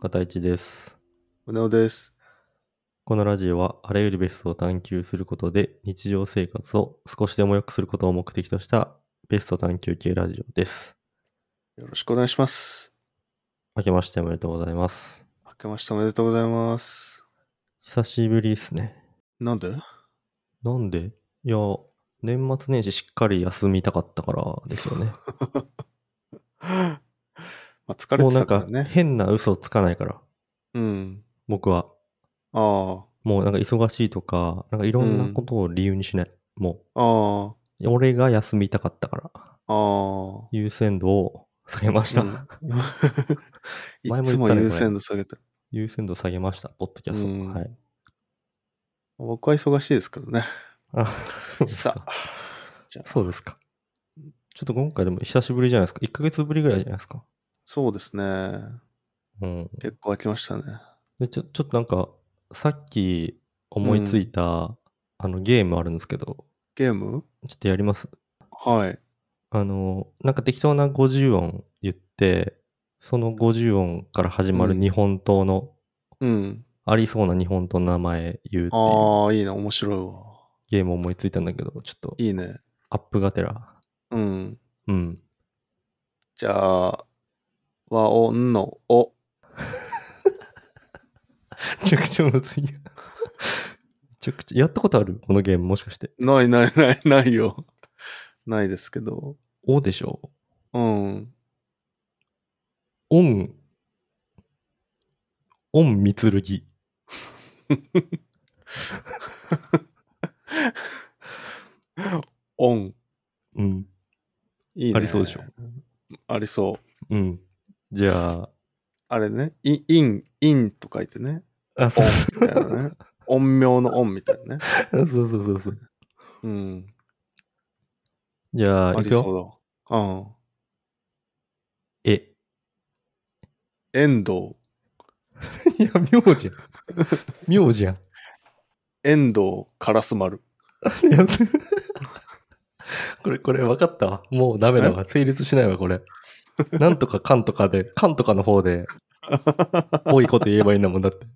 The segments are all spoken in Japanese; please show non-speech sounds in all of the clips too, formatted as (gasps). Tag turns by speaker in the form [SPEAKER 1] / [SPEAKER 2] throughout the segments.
[SPEAKER 1] 片一です。
[SPEAKER 2] 宗男です。
[SPEAKER 1] このラジオはあらゆるベストを探求することで日常生活を少しでも良くすることを目的としたベスト探求系ラジオです。
[SPEAKER 2] よろしくお願いします。
[SPEAKER 1] 明けましておめでとうございます。
[SPEAKER 2] 明けましておめでとうございます。
[SPEAKER 1] 久しぶりですね。
[SPEAKER 2] な
[SPEAKER 1] (laughs)
[SPEAKER 2] んで
[SPEAKER 1] なんでいや、年末年始しっかり休みたかったからですよね。
[SPEAKER 2] ま (laughs) あ疲れ
[SPEAKER 1] もう
[SPEAKER 2] て
[SPEAKER 1] な
[SPEAKER 2] た
[SPEAKER 1] んか
[SPEAKER 2] からね。
[SPEAKER 1] 変な嘘つかないから、
[SPEAKER 2] うん。
[SPEAKER 1] 僕は。
[SPEAKER 2] あ
[SPEAKER 1] もうなんか忙しいとか、なんかいろんなことを理由にしない。も
[SPEAKER 2] あ、あ
[SPEAKER 1] う、俺が休みたかったから、
[SPEAKER 2] あ、あ
[SPEAKER 1] 優先度を下げました。 (laughs)
[SPEAKER 2] あ。うん、
[SPEAKER 1] 前も言った
[SPEAKER 2] い
[SPEAKER 1] ね
[SPEAKER 2] つも
[SPEAKER 1] これ
[SPEAKER 2] 優先度下げてる。
[SPEAKER 1] 優先度下げました、ポッドキャスト。
[SPEAKER 2] うん (laughs)
[SPEAKER 1] はい。
[SPEAKER 2] 僕は忙しいですけどね。
[SPEAKER 1] あ、そうです
[SPEAKER 2] さ
[SPEAKER 1] か
[SPEAKER 2] あ。じゃあ、
[SPEAKER 1] そうですか。ちょっと今回でも久しぶりじゃないですか。1ヶ月ぶりぐらいじゃないですか。
[SPEAKER 2] そうですね。
[SPEAKER 1] うん。
[SPEAKER 2] 結構飽きましたね。
[SPEAKER 1] で、ちょ、ちょっとなんか、さっき思いついた、あの、ゲームあるんですけど、
[SPEAKER 2] ゲーム
[SPEAKER 1] ちょっとやります。
[SPEAKER 2] はい。
[SPEAKER 1] あの、なんか適当な50音言って、その50音から始まる
[SPEAKER 2] うん
[SPEAKER 1] 日本刀の、
[SPEAKER 2] うん。
[SPEAKER 1] ありそうな日本刀の名前言うっていう
[SPEAKER 2] ああ、いいな、面白いわ。
[SPEAKER 1] ゲームを思いついたんだけど、ちょっと
[SPEAKER 2] いいね。
[SPEAKER 1] アップがてら。
[SPEAKER 2] うん。
[SPEAKER 1] うん。
[SPEAKER 2] じゃあ、和音のお。
[SPEAKER 1] めちゃくちゃむずいやん。めちゃくちゃ、やったことあるこのゲームもしかして。
[SPEAKER 2] ないないないないよ。ないですけど。
[SPEAKER 1] おでしょ
[SPEAKER 2] うん。
[SPEAKER 1] オン、オンみつるぎ。
[SPEAKER 2] オン。
[SPEAKER 1] うん。
[SPEAKER 2] いいね。
[SPEAKER 1] ありそうでしょ。
[SPEAKER 2] ありそう。
[SPEAKER 1] うん。じゃあ、
[SPEAKER 2] あれね。イイン、インと書いてね。
[SPEAKER 1] あ、
[SPEAKER 2] オ
[SPEAKER 1] そう
[SPEAKER 2] ンみた
[SPEAKER 1] (laughs)
[SPEAKER 2] いなね。音名の音みたいなね。
[SPEAKER 1] そうそうそうそう。
[SPEAKER 2] うん。
[SPEAKER 1] じゃあ、
[SPEAKER 2] あ
[SPEAKER 1] い
[SPEAKER 2] り
[SPEAKER 1] く
[SPEAKER 2] そ
[SPEAKER 1] よ。
[SPEAKER 2] うだ。うん。
[SPEAKER 1] え。
[SPEAKER 2] 遠藤。
[SPEAKER 1] いや、名字やん。名字やん。
[SPEAKER 2] 遠藤カラス丸。
[SPEAKER 1] いや (laughs) これ、これ分かったわ。もうダメだわ。成立しないわ、これ。なんとかかんとかで、かんとかの方で、多いこと言えばいいんだもんだって。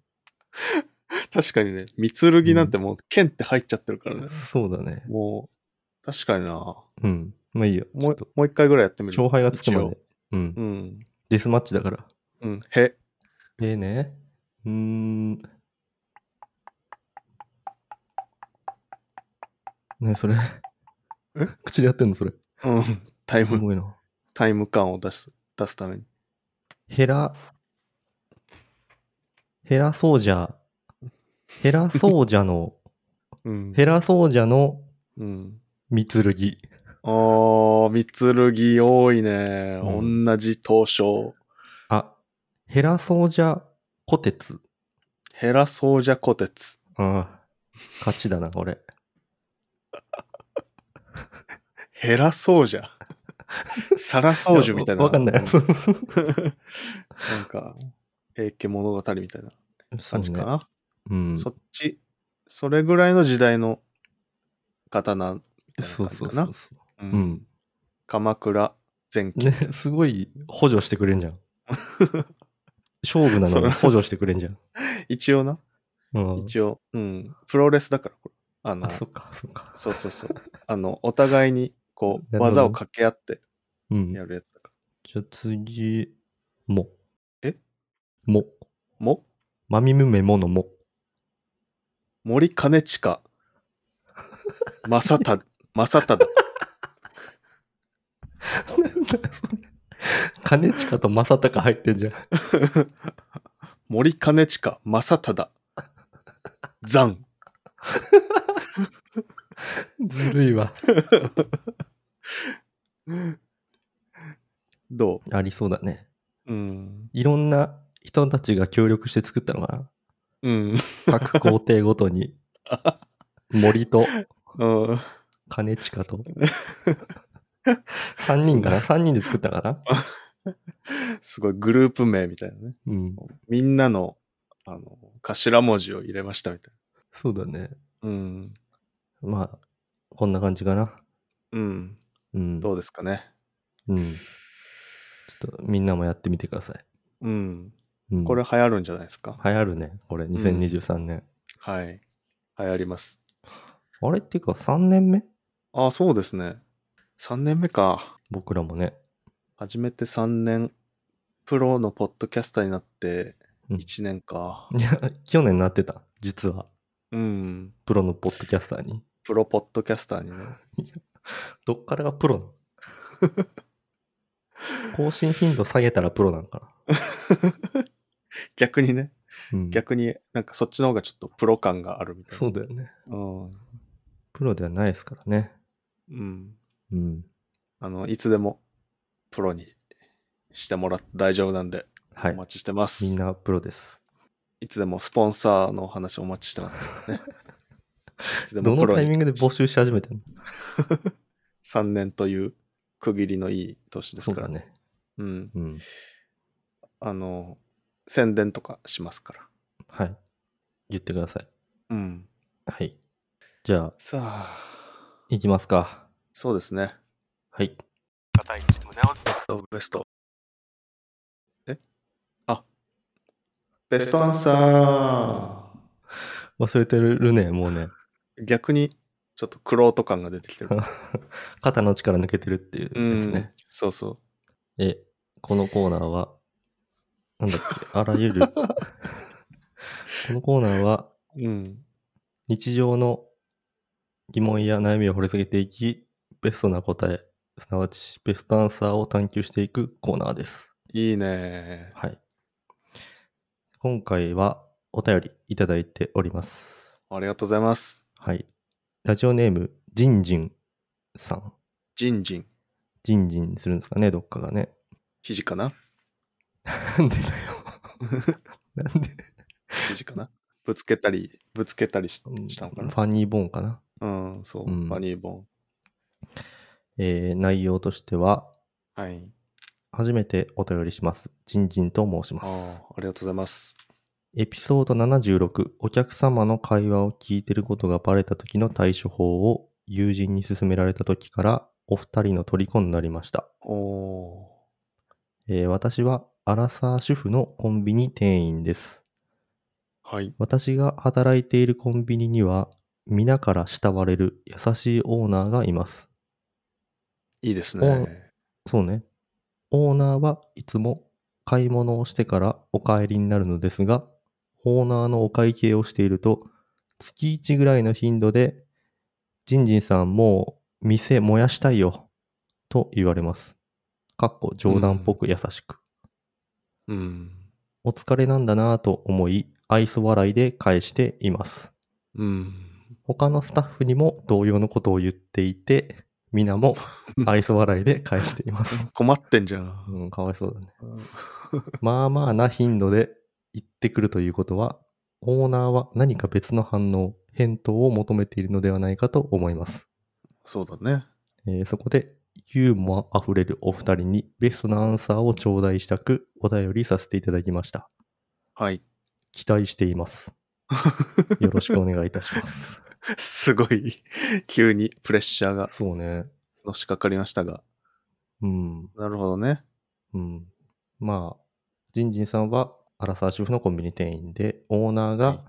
[SPEAKER 2] 確かにね。三つるぎなんてもう、剣って入っちゃってるからね。
[SPEAKER 1] そうだね。
[SPEAKER 2] もう、確かにな。
[SPEAKER 1] うん。まあいいよ。
[SPEAKER 2] も
[SPEAKER 1] も
[SPEAKER 2] う
[SPEAKER 1] う、
[SPEAKER 2] もう一回ぐらいやってみる。
[SPEAKER 1] 勝敗がつくま
[SPEAKER 2] 一
[SPEAKER 1] で。うん
[SPEAKER 2] 応。。うん。
[SPEAKER 1] デスマッチだから。
[SPEAKER 2] うん。へ。
[SPEAKER 1] ええね。うーん。ねそれ。
[SPEAKER 2] え
[SPEAKER 1] 口でやってんのそれ。
[SPEAKER 2] うん。タイ
[SPEAKER 1] す
[SPEAKER 2] ム、
[SPEAKER 1] ごいな。
[SPEAKER 2] タイム感を出す、出すために。
[SPEAKER 1] ヘラ、ヘラソージャー、ヘラソージャ
[SPEAKER 2] (laughs)
[SPEAKER 1] の、
[SPEAKER 2] うん。
[SPEAKER 1] ヘラソージャの
[SPEAKER 2] うん。
[SPEAKER 1] 三剣。
[SPEAKER 2] ああ、三つるぎ多いね。
[SPEAKER 1] うん
[SPEAKER 2] 同じ東証。
[SPEAKER 1] あ、ヘラソージャ虎鉄。
[SPEAKER 2] ヘラソージャコテツ。
[SPEAKER 1] ああ、勝ちだな、これ。
[SPEAKER 2] ヘラソージ
[SPEAKER 1] (laughs)
[SPEAKER 2] ャ。サラソージュみたいな。
[SPEAKER 1] わかんない。(laughs)
[SPEAKER 2] う
[SPEAKER 1] そうん
[SPEAKER 2] なんか、平家物語みたいな
[SPEAKER 1] そう
[SPEAKER 2] 感じ
[SPEAKER 1] ね
[SPEAKER 2] かな。
[SPEAKER 1] うん。
[SPEAKER 2] そっち、それぐらいの時代の刀みたいな
[SPEAKER 1] そう
[SPEAKER 2] 感じ
[SPEAKER 1] そう
[SPEAKER 2] か
[SPEAKER 1] そ
[SPEAKER 2] な
[SPEAKER 1] う。そうう。うんん。
[SPEAKER 2] 鎌倉前期。 (laughs)
[SPEAKER 1] ね、すごい補助してくれんじゃん。勝負なの
[SPEAKER 2] そ
[SPEAKER 1] に
[SPEAKER 2] れ
[SPEAKER 1] 補助してくれんじゃん。
[SPEAKER 2] 一応な。
[SPEAKER 1] うん、
[SPEAKER 2] 一応。うん。プロレスだから、これ。あの
[SPEAKER 1] あ、、そっか、そっか。
[SPEAKER 2] そうそうそう。あの、お互いに、こう、
[SPEAKER 1] なるほどね
[SPEAKER 2] 技を掛け合って
[SPEAKER 1] うん。
[SPEAKER 2] やるやつだか
[SPEAKER 1] じゃあ次、も。
[SPEAKER 2] え
[SPEAKER 1] も。
[SPEAKER 2] ら。も
[SPEAKER 1] まみむめものも。 (laughs)
[SPEAKER 2] 森兼近。正忠。正忠。
[SPEAKER 1] 金近と正隆入ってんじゃん。
[SPEAKER 2] 森兼近。正忠。残。
[SPEAKER 1] ずるいわ。
[SPEAKER 2] ど
[SPEAKER 1] ありそうだね。
[SPEAKER 2] ううん。
[SPEAKER 1] いろんな人たちが協力して作ったのか
[SPEAKER 2] うん。
[SPEAKER 1] な。各工程ごと
[SPEAKER 2] (laughs)
[SPEAKER 1] に。森と
[SPEAKER 2] うん。
[SPEAKER 1] 金近と。3人かな ?3 人で作ったのかな
[SPEAKER 2] すごいグループ名みたいなね。
[SPEAKER 1] うん。
[SPEAKER 2] みんなの、あの、頭文字を入れましたみたい
[SPEAKER 1] そうだね。
[SPEAKER 2] な。うん。
[SPEAKER 1] まあ、こんな感じかな。
[SPEAKER 2] うん。
[SPEAKER 1] うん。
[SPEAKER 2] どうですかね。
[SPEAKER 1] うん。ちょっとみんなもやってみてください。
[SPEAKER 2] うん。
[SPEAKER 1] うん
[SPEAKER 2] これ流行るんじゃないですか。
[SPEAKER 1] 流行るね、これ、2023年。
[SPEAKER 2] はい。流行ります。
[SPEAKER 1] あれっていうか、3年目
[SPEAKER 2] あ、そうですね。3年目か。
[SPEAKER 1] 僕らもね。
[SPEAKER 2] 初めて3年、プロのポッドキャスターになって
[SPEAKER 1] うん
[SPEAKER 2] 1年か。
[SPEAKER 1] いや、去年なってた、実は。
[SPEAKER 2] うん。
[SPEAKER 1] プロのポッドキャスターに。
[SPEAKER 2] プロポッドキャスターにね。
[SPEAKER 1] どっからがプ
[SPEAKER 2] (laughs)
[SPEAKER 1] ロなの更新頻度下げたらプロなんかな。
[SPEAKER 2] 逆にね、
[SPEAKER 1] うん、
[SPEAKER 2] 逆になんかそっちの方がちょっとプロ感があるみたいな。
[SPEAKER 1] そうだよね。
[SPEAKER 2] うん。
[SPEAKER 1] プロではないですからね。
[SPEAKER 2] うん。
[SPEAKER 1] うん。
[SPEAKER 2] あの、いつでもプロにしてもらって大丈夫なんで、
[SPEAKER 1] は
[SPEAKER 2] お
[SPEAKER 1] い。
[SPEAKER 2] 待ちしてます。
[SPEAKER 1] みんなプロです。
[SPEAKER 2] いつでもスポンサーのお話お待ちしてま
[SPEAKER 1] (laughs)
[SPEAKER 2] すからね。いつで
[SPEAKER 1] ど
[SPEAKER 2] もプ
[SPEAKER 1] の
[SPEAKER 2] ロ
[SPEAKER 1] タイ
[SPEAKER 2] に
[SPEAKER 1] ミングで募集し始めてんの
[SPEAKER 2] 3年という区切りのいい年です
[SPEAKER 1] そう
[SPEAKER 2] から
[SPEAKER 1] だ
[SPEAKER 2] ね。
[SPEAKER 1] ね。
[SPEAKER 2] うん。
[SPEAKER 1] うん。
[SPEAKER 2] あの、宣伝とかしますから。
[SPEAKER 1] はい。言ってください。
[SPEAKER 2] うん。
[SPEAKER 1] はい。じゃあ、
[SPEAKER 2] さあ、
[SPEAKER 1] 行きますか。
[SPEAKER 2] そうですね。
[SPEAKER 1] はい。
[SPEAKER 2] ベスト。えあ、ベストアンサ
[SPEAKER 1] 忘れてるね、もうね。 (laughs)
[SPEAKER 2] ー。逆に、ちょっとクロート感が出てきて (laughs) る。
[SPEAKER 1] 肩の力抜けてるっていううやつ
[SPEAKER 2] ん
[SPEAKER 1] ね。。
[SPEAKER 2] そうそう。
[SPEAKER 1] え、このコーナーは、なんだっ
[SPEAKER 2] (laughs)
[SPEAKER 1] け、あらゆる。このコーナーは、
[SPEAKER 2] うん。
[SPEAKER 1] 日常の疑問や悩みを掘り下げていき、ベストな答え、すなわちベストアンサーを探求していくコーナーです。
[SPEAKER 2] いいね。
[SPEAKER 1] はい。今回はお便りいただいております。
[SPEAKER 2] ありがとうございます。
[SPEAKER 1] はい。ラジオネーム、ジンジンさん。
[SPEAKER 2] ジンジン。
[SPEAKER 1] ジンジンするんですかね、どっかがね。 (laughs)
[SPEAKER 2] 肘かな
[SPEAKER 1] なん
[SPEAKER 2] (laughs)
[SPEAKER 1] でだよ。なんで
[SPEAKER 2] 肘かなぶつけたり、ぶつけたりし
[SPEAKER 1] うん
[SPEAKER 2] したのかな
[SPEAKER 1] ファニーボーンかな。
[SPEAKER 2] うん、そう。
[SPEAKER 1] う
[SPEAKER 2] フ
[SPEAKER 1] ん
[SPEAKER 2] ァニーボ
[SPEAKER 1] えー内容としては、
[SPEAKER 2] ン。はい。
[SPEAKER 1] 初めてお便りします。ジンジンと申しま
[SPEAKER 2] あ
[SPEAKER 1] す。
[SPEAKER 2] あ、ありがとうございます。
[SPEAKER 1] エピソード76、お客様の会話を聞いてることがバレた時の対処法を友人に勧められた時から、お二人の虜になりました。
[SPEAKER 2] おお
[SPEAKER 1] えー私はアラサー主婦のコンビニ店員です。
[SPEAKER 2] ー。はい。
[SPEAKER 1] 私が働いているコンビニには、皆から慕われる優しいオーナーがいます。
[SPEAKER 2] いいです
[SPEAKER 1] お
[SPEAKER 2] ね。
[SPEAKER 1] そうね。オーナーはいつも買い物をしてからお帰りになるのですが、オーナーのお会計をしていると、月1ぐらいの頻度で、ジンジンさんもう店燃やしたいよ、と言われます。かっこ冗談っぽく優しく。
[SPEAKER 2] うん。
[SPEAKER 1] お疲れなんだなぁと思い、愛想笑いで返しています。
[SPEAKER 2] うん。
[SPEAKER 1] 他のスタッフにも同様のことを言っていて、皆も愛想笑いで返しています。
[SPEAKER 2] (laughs) 困ってんじゃん。
[SPEAKER 1] うん、かわいそうだね。まあまあな頻度で言ってくるということは、オーナーは何か別の反応、返答を求めているのではないかと思います。
[SPEAKER 2] そうだね。
[SPEAKER 1] えーそこで、ユーモアあふれるお二人にベストなアンサーを頂戴したく、お便りさせていただきました。
[SPEAKER 2] はい。
[SPEAKER 1] 期待しています。よろしくお願いいたします。
[SPEAKER 2] (laughs) すごい、急にプレッシャーが
[SPEAKER 1] そうね。
[SPEAKER 2] のしかかりましたが。
[SPEAKER 1] うん、
[SPEAKER 2] なるほどね。
[SPEAKER 1] うん。まあ、ジンジンさんは、アラサー主婦のコンビニ店員で、オーナーが、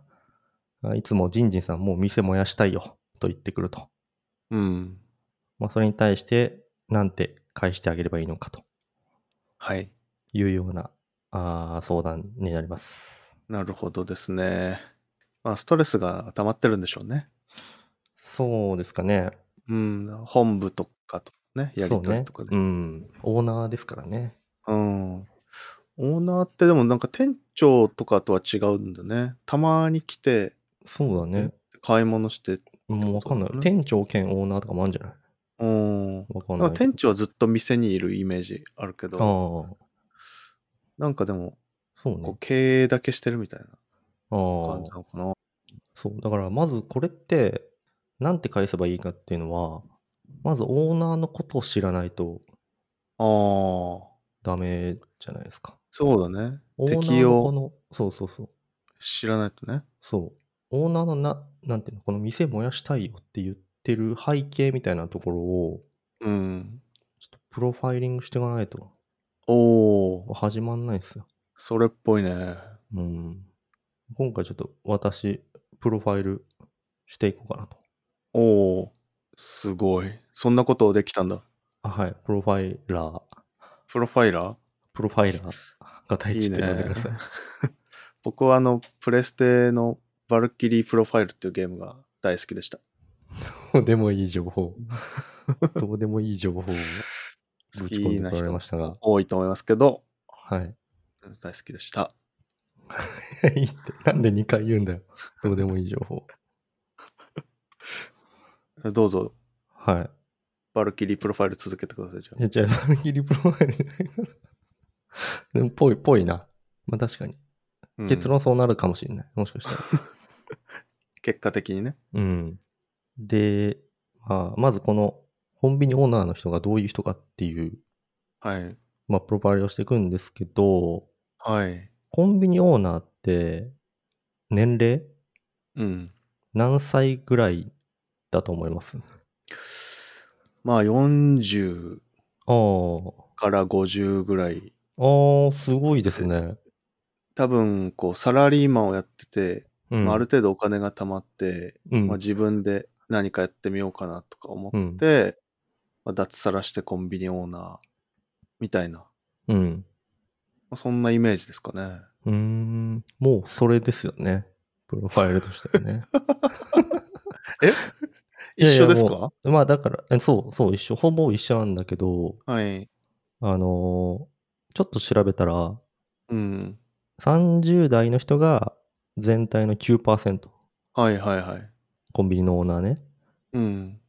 [SPEAKER 1] あいつもジンジンさんもう店燃やしたいよ、と言ってくると。
[SPEAKER 2] うん。
[SPEAKER 1] まあ、それに対して、なんて返してあげればいいのかと
[SPEAKER 2] はい。
[SPEAKER 1] いうようなあー相談になります。
[SPEAKER 2] なるほどですね。まあ、ストレスが溜まってるんでしょうね。
[SPEAKER 1] そうですかね。
[SPEAKER 2] うん。本部とかとね、や
[SPEAKER 1] そ
[SPEAKER 2] り
[SPEAKER 1] う
[SPEAKER 2] とり
[SPEAKER 1] ね
[SPEAKER 2] とか。で。
[SPEAKER 1] うん。オーナーですからね。
[SPEAKER 2] うん。オーナーってでもなんか店長とかとは違うんだね。たまに来て
[SPEAKER 1] そうだね。
[SPEAKER 2] 買い物して。
[SPEAKER 1] もうわかんな
[SPEAKER 2] そうだ
[SPEAKER 1] い。
[SPEAKER 2] ね
[SPEAKER 1] 店長兼オーナーとかもあるんじゃない
[SPEAKER 2] うん。
[SPEAKER 1] わかん
[SPEAKER 2] な
[SPEAKER 1] なんい
[SPEAKER 2] か
[SPEAKER 1] けど。
[SPEAKER 2] 店長はずっと店にいるイメージあるけ
[SPEAKER 1] ああ
[SPEAKER 2] ど、、なんかでも
[SPEAKER 1] そう
[SPEAKER 2] こう
[SPEAKER 1] ね。
[SPEAKER 2] 経営だけしてるみたいな
[SPEAKER 1] あ
[SPEAKER 2] 感じ
[SPEAKER 1] あ
[SPEAKER 2] な、のかな。
[SPEAKER 1] そう。だから、まずこれって、なんて返せばいいかっていうのは、まずオーナーのことを知らないと
[SPEAKER 2] ああ、
[SPEAKER 1] ダメじゃないですか。
[SPEAKER 2] そうだね。
[SPEAKER 1] オーナ
[SPEAKER 2] 敵
[SPEAKER 1] ーのこ
[SPEAKER 2] を
[SPEAKER 1] の、そうそうそう。
[SPEAKER 2] 知らないとね。
[SPEAKER 1] そう。オーナーのな、なんていうの、この店燃やしたいよって言ってる背景みたいなところを、
[SPEAKER 2] うん。
[SPEAKER 1] ちょっとプロファイリングしていかないと
[SPEAKER 2] おお、
[SPEAKER 1] 始まんないですよ。
[SPEAKER 2] それっぽいね。
[SPEAKER 1] うん。今回ちょっと私、プロファイルしていこうかなと。
[SPEAKER 2] おお、すごい。そんなことできたんだ。
[SPEAKER 1] あ、はい。プロファイラー、
[SPEAKER 2] プロファイラー
[SPEAKER 1] プロファイラーが第一って呼んでください。
[SPEAKER 2] 僕はあの、プレステのバルキリープロファイルっていうゲームが大好きでした。
[SPEAKER 1] どうでもいい情報。
[SPEAKER 2] (laughs)
[SPEAKER 1] どうでもいい情報を
[SPEAKER 2] 好
[SPEAKER 1] ぶ
[SPEAKER 2] き
[SPEAKER 1] ち込ん
[SPEAKER 2] な
[SPEAKER 1] でこられ
[SPEAKER 2] 人
[SPEAKER 1] ましたが。
[SPEAKER 2] 多いと思いますけど、
[SPEAKER 1] はい。
[SPEAKER 2] 大好きでした。
[SPEAKER 1] いい (laughs) って。なんで2回言うんだよ。どうでもいい情報。
[SPEAKER 2] どうぞ、
[SPEAKER 1] はい。
[SPEAKER 2] バルキリープロファイル続けてください。じゃ
[SPEAKER 1] いや、じゃあ、バルキリープロファイルじゃないかな。でも、ぽい、ぽいな。まあ、確かに。
[SPEAKER 2] あ
[SPEAKER 1] 結
[SPEAKER 2] うん
[SPEAKER 1] 論そうなるかもしれない。もしかしたら。
[SPEAKER 2] 結果的にね。
[SPEAKER 1] うん。で、まあ、まずこの、コンビニオーナーの人がどういう人かっていう、
[SPEAKER 2] はい。
[SPEAKER 1] まあ、プロファイルをしていくんですけど、
[SPEAKER 2] はい。
[SPEAKER 1] コンビニオーナーって、年齢
[SPEAKER 2] うん。
[SPEAKER 1] 何歳ぐらいだと思います
[SPEAKER 2] まあ、40
[SPEAKER 1] ああ。
[SPEAKER 2] から50ぐらい。
[SPEAKER 1] ああ、すごいですね。
[SPEAKER 2] 多分、こう、サラリーマンをやってて、
[SPEAKER 1] うん。
[SPEAKER 2] まあ、ある程度お金が貯まって、
[SPEAKER 1] うん
[SPEAKER 2] まあ、自分で何かやってみようかなとか思
[SPEAKER 1] う
[SPEAKER 2] っ
[SPEAKER 1] ん。
[SPEAKER 2] て、まあ、脱サラしてコンビニオーナーみたいな、ま
[SPEAKER 1] うん。
[SPEAKER 2] あ、そんなイメージですかね。
[SPEAKER 1] うーん。もうそれですよね。プロファイルとしては (laughs) ね。い
[SPEAKER 2] (laughs) 一
[SPEAKER 1] やいや
[SPEAKER 2] 緒ですか
[SPEAKER 1] もまあだから、えそうそう、一緒、ほぼ一緒なんだけど、
[SPEAKER 2] はい。
[SPEAKER 1] あのーちょっと調べたら、
[SPEAKER 2] うん。
[SPEAKER 1] 30代の人が全体の9%、
[SPEAKER 2] はいはいはい。
[SPEAKER 1] コンビニのオーナーね。
[SPEAKER 2] うん。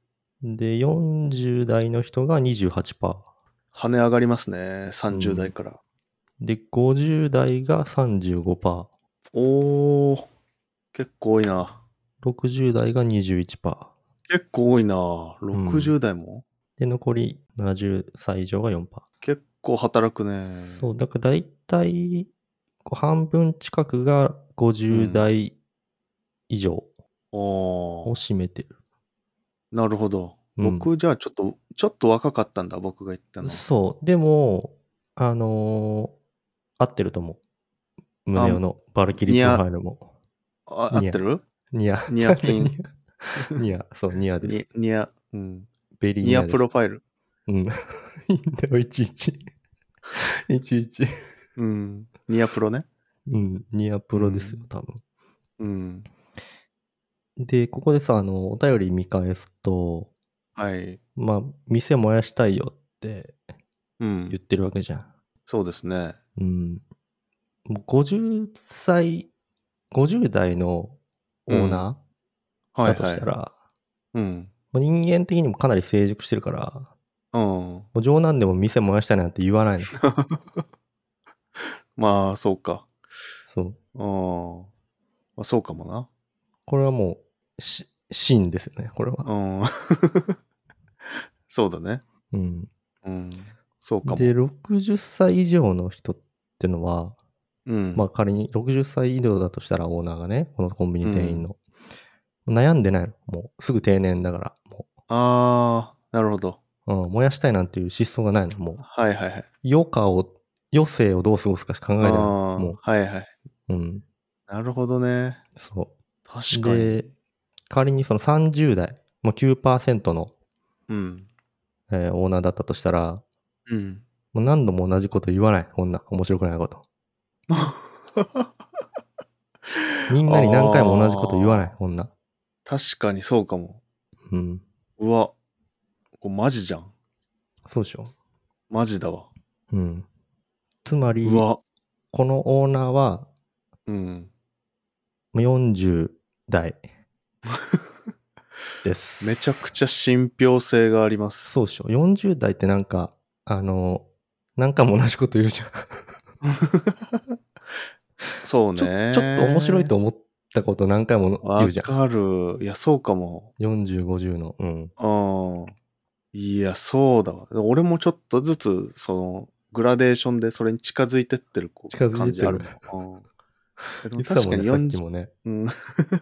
[SPEAKER 1] で、40代の人が28%。
[SPEAKER 2] 跳ね上がりますね。30代から。
[SPEAKER 1] で、50代が35%。
[SPEAKER 2] おー、結構多いな。
[SPEAKER 1] 60代が21%。
[SPEAKER 2] 結構多いな。60代も、
[SPEAKER 1] で、残り70歳以上が4%。
[SPEAKER 2] 結構働くね。
[SPEAKER 1] そう、だから大体、こう半分近くが
[SPEAKER 2] うん
[SPEAKER 1] 50代以上
[SPEAKER 2] お
[SPEAKER 1] を
[SPEAKER 2] ー
[SPEAKER 1] 占めてる。
[SPEAKER 2] なるほど。
[SPEAKER 1] うん
[SPEAKER 2] 僕じゃあちょっと、ちょっと若かったんだ、僕が言ったの。
[SPEAKER 1] そう、でも、あのー合ってると思う。胸をのバルキリー
[SPEAKER 2] ニ
[SPEAKER 1] プロフ
[SPEAKER 2] ア
[SPEAKER 1] ァイルも。
[SPEAKER 2] あ、合っ
[SPEAKER 1] ニヤ
[SPEAKER 2] てる
[SPEAKER 1] (laughs) ニア。
[SPEAKER 2] ニアピン
[SPEAKER 1] ニア、そう、ニアです
[SPEAKER 2] ニ。ニア、うん。
[SPEAKER 1] ベリー
[SPEAKER 2] ニア
[SPEAKER 1] です
[SPEAKER 2] プロファイル。
[SPEAKER 1] うん。 (laughs) いいんだよ、いちいち。いちいち。
[SPEAKER 2] うん。ニアプロね。
[SPEAKER 1] うん、ニアプロですよ
[SPEAKER 2] う、
[SPEAKER 1] 多分。
[SPEAKER 2] うん。
[SPEAKER 1] で、ここでさ、あの、お便り見返すと、
[SPEAKER 2] はい。
[SPEAKER 1] まあ、店燃やしたいよって
[SPEAKER 2] う
[SPEAKER 1] 言っ
[SPEAKER 2] ん。
[SPEAKER 1] てるわけじゃん。
[SPEAKER 2] そうですね。
[SPEAKER 1] うん。もう50歳、50代のオーナー
[SPEAKER 2] は
[SPEAKER 1] だ
[SPEAKER 2] い
[SPEAKER 1] と
[SPEAKER 2] は
[SPEAKER 1] し
[SPEAKER 2] い
[SPEAKER 1] た。ら、
[SPEAKER 2] うん。
[SPEAKER 1] もう人間的にもかなり成熟してるから、
[SPEAKER 2] うん。
[SPEAKER 1] もう冗談でも店燃やしたいなんて言わ
[SPEAKER 2] (laughs)
[SPEAKER 1] ないの。
[SPEAKER 2] まあ、そうか。
[SPEAKER 1] そう。
[SPEAKER 2] うん。まあ、そうかもな。
[SPEAKER 1] これはもう、し、シーンですよね、これは。
[SPEAKER 2] うん。 (laughs) そうだね。
[SPEAKER 1] うん。
[SPEAKER 2] うん。そうかも。
[SPEAKER 1] で、60歳以上の人ってのは、
[SPEAKER 2] うん。
[SPEAKER 1] まあ仮に60歳以上だとしたらオーナーがね、このコンビニ店員の。悩んでないの。もうすぐ定年だから、も
[SPEAKER 2] ああ、なるほど。
[SPEAKER 1] う、うん、燃やしたいなんていう思想がないの。もう、
[SPEAKER 2] はいはいはい。
[SPEAKER 1] 余暇を、余生をどう過ごすかしか考えてない。
[SPEAKER 2] ああ
[SPEAKER 1] も
[SPEAKER 2] はいはい。
[SPEAKER 1] う、うん、
[SPEAKER 2] なるほどね。
[SPEAKER 1] そ
[SPEAKER 2] 確
[SPEAKER 1] う。
[SPEAKER 2] か
[SPEAKER 1] で
[SPEAKER 2] に。、
[SPEAKER 1] 仮にその30代、もう9%の、
[SPEAKER 2] うん。
[SPEAKER 1] えーオーナーだったとしたら、
[SPEAKER 2] うん。
[SPEAKER 1] もう何度も同じこと言わない、こんな、面白くない
[SPEAKER 2] (laughs)
[SPEAKER 1] こと。みんなに何回も同じこと言わない、こんな。
[SPEAKER 2] 確かにそうかも。
[SPEAKER 1] うん。
[SPEAKER 2] うわ。これマジじゃん。
[SPEAKER 1] そうでしょ。
[SPEAKER 2] マジだわ。
[SPEAKER 1] うん。つまり、
[SPEAKER 2] うわ。
[SPEAKER 1] このオーナーは、
[SPEAKER 2] うん。
[SPEAKER 1] もう40代です。
[SPEAKER 2] (laughs) めちゃくちゃ信憑性があります。
[SPEAKER 1] そうでしょ。40代ってなんか、あの、なんかも同じこと言うじゃん。
[SPEAKER 2] そう
[SPEAKER 1] ちょ
[SPEAKER 2] ね。
[SPEAKER 1] ちょっと面白いと思ったこと何回も言
[SPEAKER 2] わ
[SPEAKER 1] うじゃん。
[SPEAKER 2] かる。いや、そうかも。
[SPEAKER 1] 40、50の。うん。
[SPEAKER 2] うん。いや、そうだわ。俺もちょっとずつ、その、グラデーションでそれに近づいてってるこう
[SPEAKER 1] 近づ
[SPEAKER 2] 感
[SPEAKER 1] いて
[SPEAKER 2] じある
[SPEAKER 1] る。
[SPEAKER 2] もん。うんえで
[SPEAKER 1] (laughs) 言
[SPEAKER 2] も
[SPEAKER 1] ってた
[SPEAKER 2] 確
[SPEAKER 1] も
[SPEAKER 2] か
[SPEAKER 1] んね、
[SPEAKER 2] に
[SPEAKER 1] さっき
[SPEAKER 2] 40、
[SPEAKER 1] もね。
[SPEAKER 2] うん、ね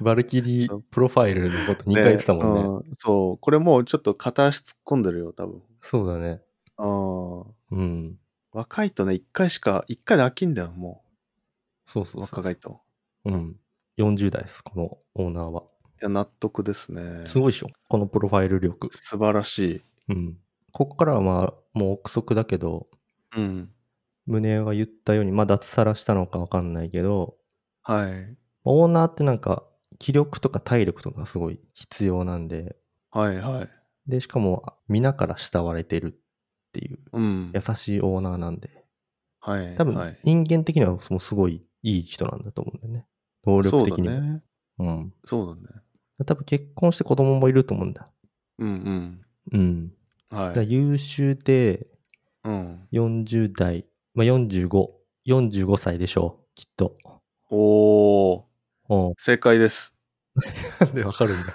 [SPEAKER 1] バルキリープロファイルのこと2回言ってたもんね。
[SPEAKER 2] うんそう、これもうちょっと片足突っ込んでるよ、多分。
[SPEAKER 1] そうだね。
[SPEAKER 2] ああ
[SPEAKER 1] うん。
[SPEAKER 2] 若いとね、一回しか、一回で飽きんだよ、も
[SPEAKER 1] そうそうそう
[SPEAKER 2] 若返ったわ。
[SPEAKER 1] うん。40代です、このオーナーは。
[SPEAKER 2] いや、納得ですね。
[SPEAKER 1] すごいっしょ。このプロファイル力。
[SPEAKER 2] 素晴らし
[SPEAKER 1] うん。ここからはまあ、もう憶測だけど、
[SPEAKER 2] い。うん。
[SPEAKER 1] 胸が言ったように、まあ、脱サラしたのかわかんないけど、
[SPEAKER 2] はい。
[SPEAKER 1] オーナーってなんか、気力とか体力とかすごい必要なんで、
[SPEAKER 2] はいはい。
[SPEAKER 1] で、しかも、あ皆から慕われてるっていう、
[SPEAKER 2] うん。
[SPEAKER 1] 優しいオーナーなんで、
[SPEAKER 2] はい。
[SPEAKER 1] 多
[SPEAKER 2] は
[SPEAKER 1] 分
[SPEAKER 2] い、
[SPEAKER 1] 人間的にはもうすごいいい人なんだと思うんだよね。能力的に
[SPEAKER 2] そうだ
[SPEAKER 1] も。
[SPEAKER 2] ね。
[SPEAKER 1] うん。
[SPEAKER 2] そうだね。
[SPEAKER 1] 多分結婚して子供もいると思うんだ。
[SPEAKER 2] うん
[SPEAKER 1] うん。
[SPEAKER 2] うん。は
[SPEAKER 1] だから
[SPEAKER 2] い。
[SPEAKER 1] 優秀で、
[SPEAKER 2] うん。
[SPEAKER 1] 40代、まあ、45、45歳でしょう、きっと。
[SPEAKER 2] おー、
[SPEAKER 1] おう
[SPEAKER 2] 正解です。
[SPEAKER 1] なんでわかるんだ。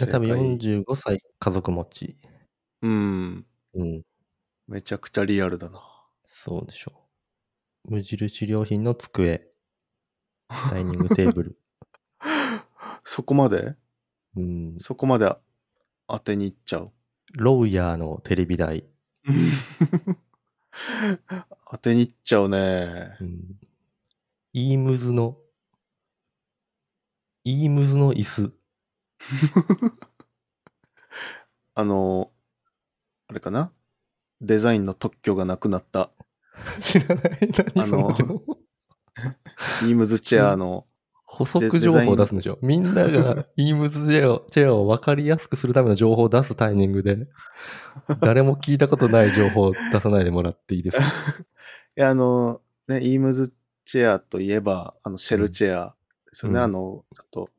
[SPEAKER 2] 正
[SPEAKER 1] 多分
[SPEAKER 2] 解。
[SPEAKER 1] 45歳家族持ち。
[SPEAKER 2] うん。
[SPEAKER 1] うん。
[SPEAKER 2] めちゃくちゃリアルだな。 (gasps)
[SPEAKER 1] そうでしょう。無印良品の机、ダイニングテーブ
[SPEAKER 2] (laughs)
[SPEAKER 1] ル。
[SPEAKER 2] そこまで
[SPEAKER 1] うん。
[SPEAKER 2] そこまで当てにいっちゃう。
[SPEAKER 1] ロウヤーのテレビ台。
[SPEAKER 2] 当てにいっちゃうね
[SPEAKER 1] う。ん。イームズの、イームズの椅子。 (laughs)
[SPEAKER 2] あの、あれかなデザインの特許がなくなった
[SPEAKER 1] 知らない。何
[SPEAKER 2] あ
[SPEAKER 1] その
[SPEAKER 2] の
[SPEAKER 1] 情報
[SPEAKER 2] イームズチェアの、
[SPEAKER 1] 補足情報を出すんでしょみんな
[SPEAKER 2] (laughs)
[SPEAKER 1] がイームズチェアをチェアを分かりやすくするための情報を出すタイミング
[SPEAKER 2] (laughs)
[SPEAKER 1] で、誰も聞いたことない情報を出さないでもらっていいですか
[SPEAKER 2] いや、あの、ね、イームズチェアといえば、あの、シェルチェアですよね。
[SPEAKER 1] うん
[SPEAKER 2] あの、ちょっと、